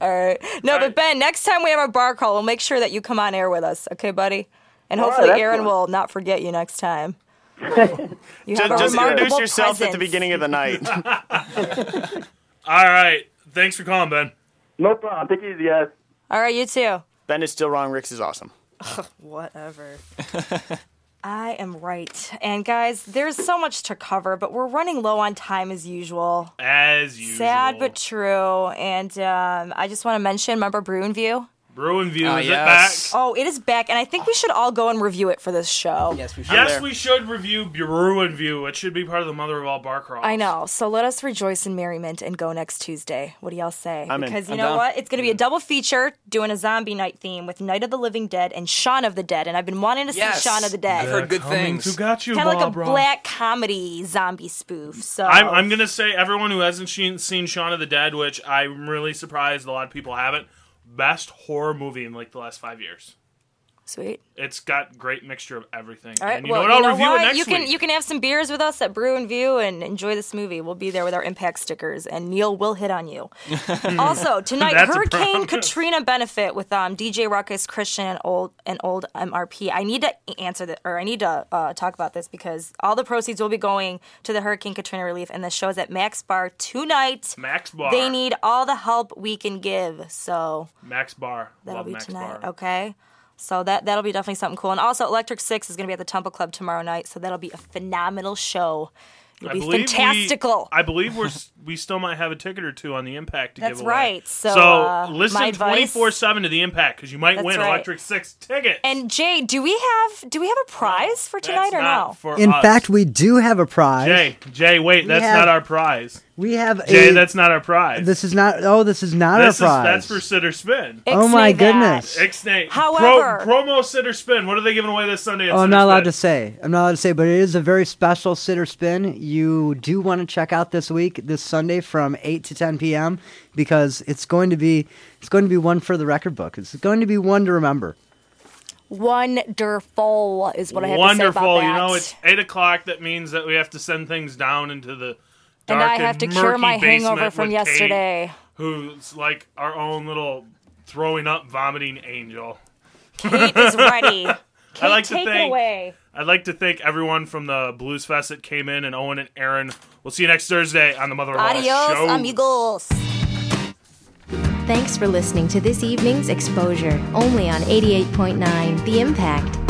S6: All right. No, but Ben, next time we have a bar call, we'll make sure that you come on air with us, okay, buddy? And
S9: All right,
S6: hopefully, Aaron
S9: excellent.
S6: will not forget you next time. You
S9: Ju-
S6: have a
S9: just introduce
S6: remarkable
S9: yourself at the
S6: presence.
S9: beginning of the night.
S11: All right. Thanks for calling, Ben.
S22: No problem. Take it easy, guys.
S6: All right, you too.
S9: Ben is still wrong. Rick's is awesome.
S6: Whatever. I am right. And guys, there's so much to cover, but we're running low on time as usual.
S11: As usual.
S6: Sad but true. And um, I just want to mention, remember Bruin View?
S11: Bruin View
S9: Ah,
S11: is
S9: yes.
S6: Oh, it is back, and I think we should all go and review it for this show. Yes,
S11: it back. Yes, we should review Bruin View. It should be part of the mother of all bar crawls.
S6: I know. So let us rejoice in merriment and go next Tuesday. What do y'all say?
S11: I'm in.
S6: because you
S11: I'm
S6: know
S11: down.
S6: what? It's going to be a double feature doing a zombie night theme with Night of the Living Dead and Shaun of the Dead. And I've been wanting to
S16: Yes.
S6: see Shaun of the Dead.
S16: I've heard good Coming things. to
S11: got you,
S6: Kind of like a
S11: Barbara.
S6: black comedy zombie spoof. So
S11: I'm, I'm gonna say everyone who hasn't seen, seen Shaun of the Dead, which I'm really surprised a lot of people haven't, best horror movie in like the last five years.
S6: Sweet.
S11: It's got great mixture of everything.
S6: All right.
S11: and you
S6: well,
S11: know what? I'll
S6: you know
S11: review
S6: what?
S11: it next
S6: you can
S11: week.
S6: you can have some beers with us at Brew and View and enjoy this movie. We'll be there with our impact stickers, and Neil will hit on you. also tonight,
S5: That's a
S6: Hurricane
S5: promise.
S6: Katrina benefit with um, DJ Ruckus, Christian, and old and old MRP. I need to answer that, or I need to uh, talk about this because all the proceeds will be going to the Hurricane Katrina relief, and the show is at Max Bar tonight.
S11: Max Bar.
S6: They need all the help we can give. So
S11: Max Bar.
S6: That'll
S11: Love
S6: be
S11: Max
S6: tonight.
S11: Bar.
S6: Okay. So that that'll be definitely something cool. And also Electric Six is gonna be at the Temple Club tomorrow night, so that'll be a phenomenal show. It'll
S11: I
S6: be
S11: believe we-
S6: fantastical.
S11: I believe we're s- we still might have a ticket or two on the Impact to
S6: That's
S11: give away.
S6: right. So, uh, my
S11: listen
S6: advice-
S11: twenty four seven to the Impact because you might
S6: That's
S11: win
S6: right.
S11: Electric Six ticket.
S6: and Jay, do we have do we have a prize for tonight or
S11: not
S6: no?
S11: for
S10: In
S11: us.
S10: fact, we do have a prize.
S11: Jay, Jay, wait,
S10: We
S11: that's
S10: have-
S11: not our prize.
S10: We have
S11: Jay,
S10: a-
S11: that's not our prize.
S10: This is not. Oh, this is not
S11: This
S10: a prize.
S11: Is, that's for sit or spin.
S10: Oh Ixnay my that. goodness.
S11: Ixnay.
S10: However-
S11: Pro, promo sit or spin. What are they giving away this Sunday? at
S10: Oh, I'm
S11: sit
S10: not
S11: or
S10: allowed
S11: spin?
S10: to say. I'm not allowed to say, but it is a very special sitter spin. You do want to check out this week, this Sunday from 8 to 10 p.m. because it's going to be it's going to be one for the record book. It's going to be one to remember.
S6: Wonderful is what I have to say
S11: Wonderful.
S6: about that.
S11: you know, it's eight o'clock. That means that we have to send things down into the dark
S6: and I have to cure
S11: murky
S6: my hangover
S11: basement
S6: from
S11: with Kate,
S6: yesterday.
S11: who's like our own little throwing up, vomiting angel.
S6: Kate is ready. Kate,
S11: I like
S6: take
S11: to
S6: it
S11: thank
S6: away.
S11: I'd like to thank everyone from the Blues Fest that came in, and Owen and Aaron. We'll see you next Thursday on the Mother of All Show.
S21: Adios, amigos.
S3: Thanks for listening to this evening's exposure, only on 88.9 The Impact.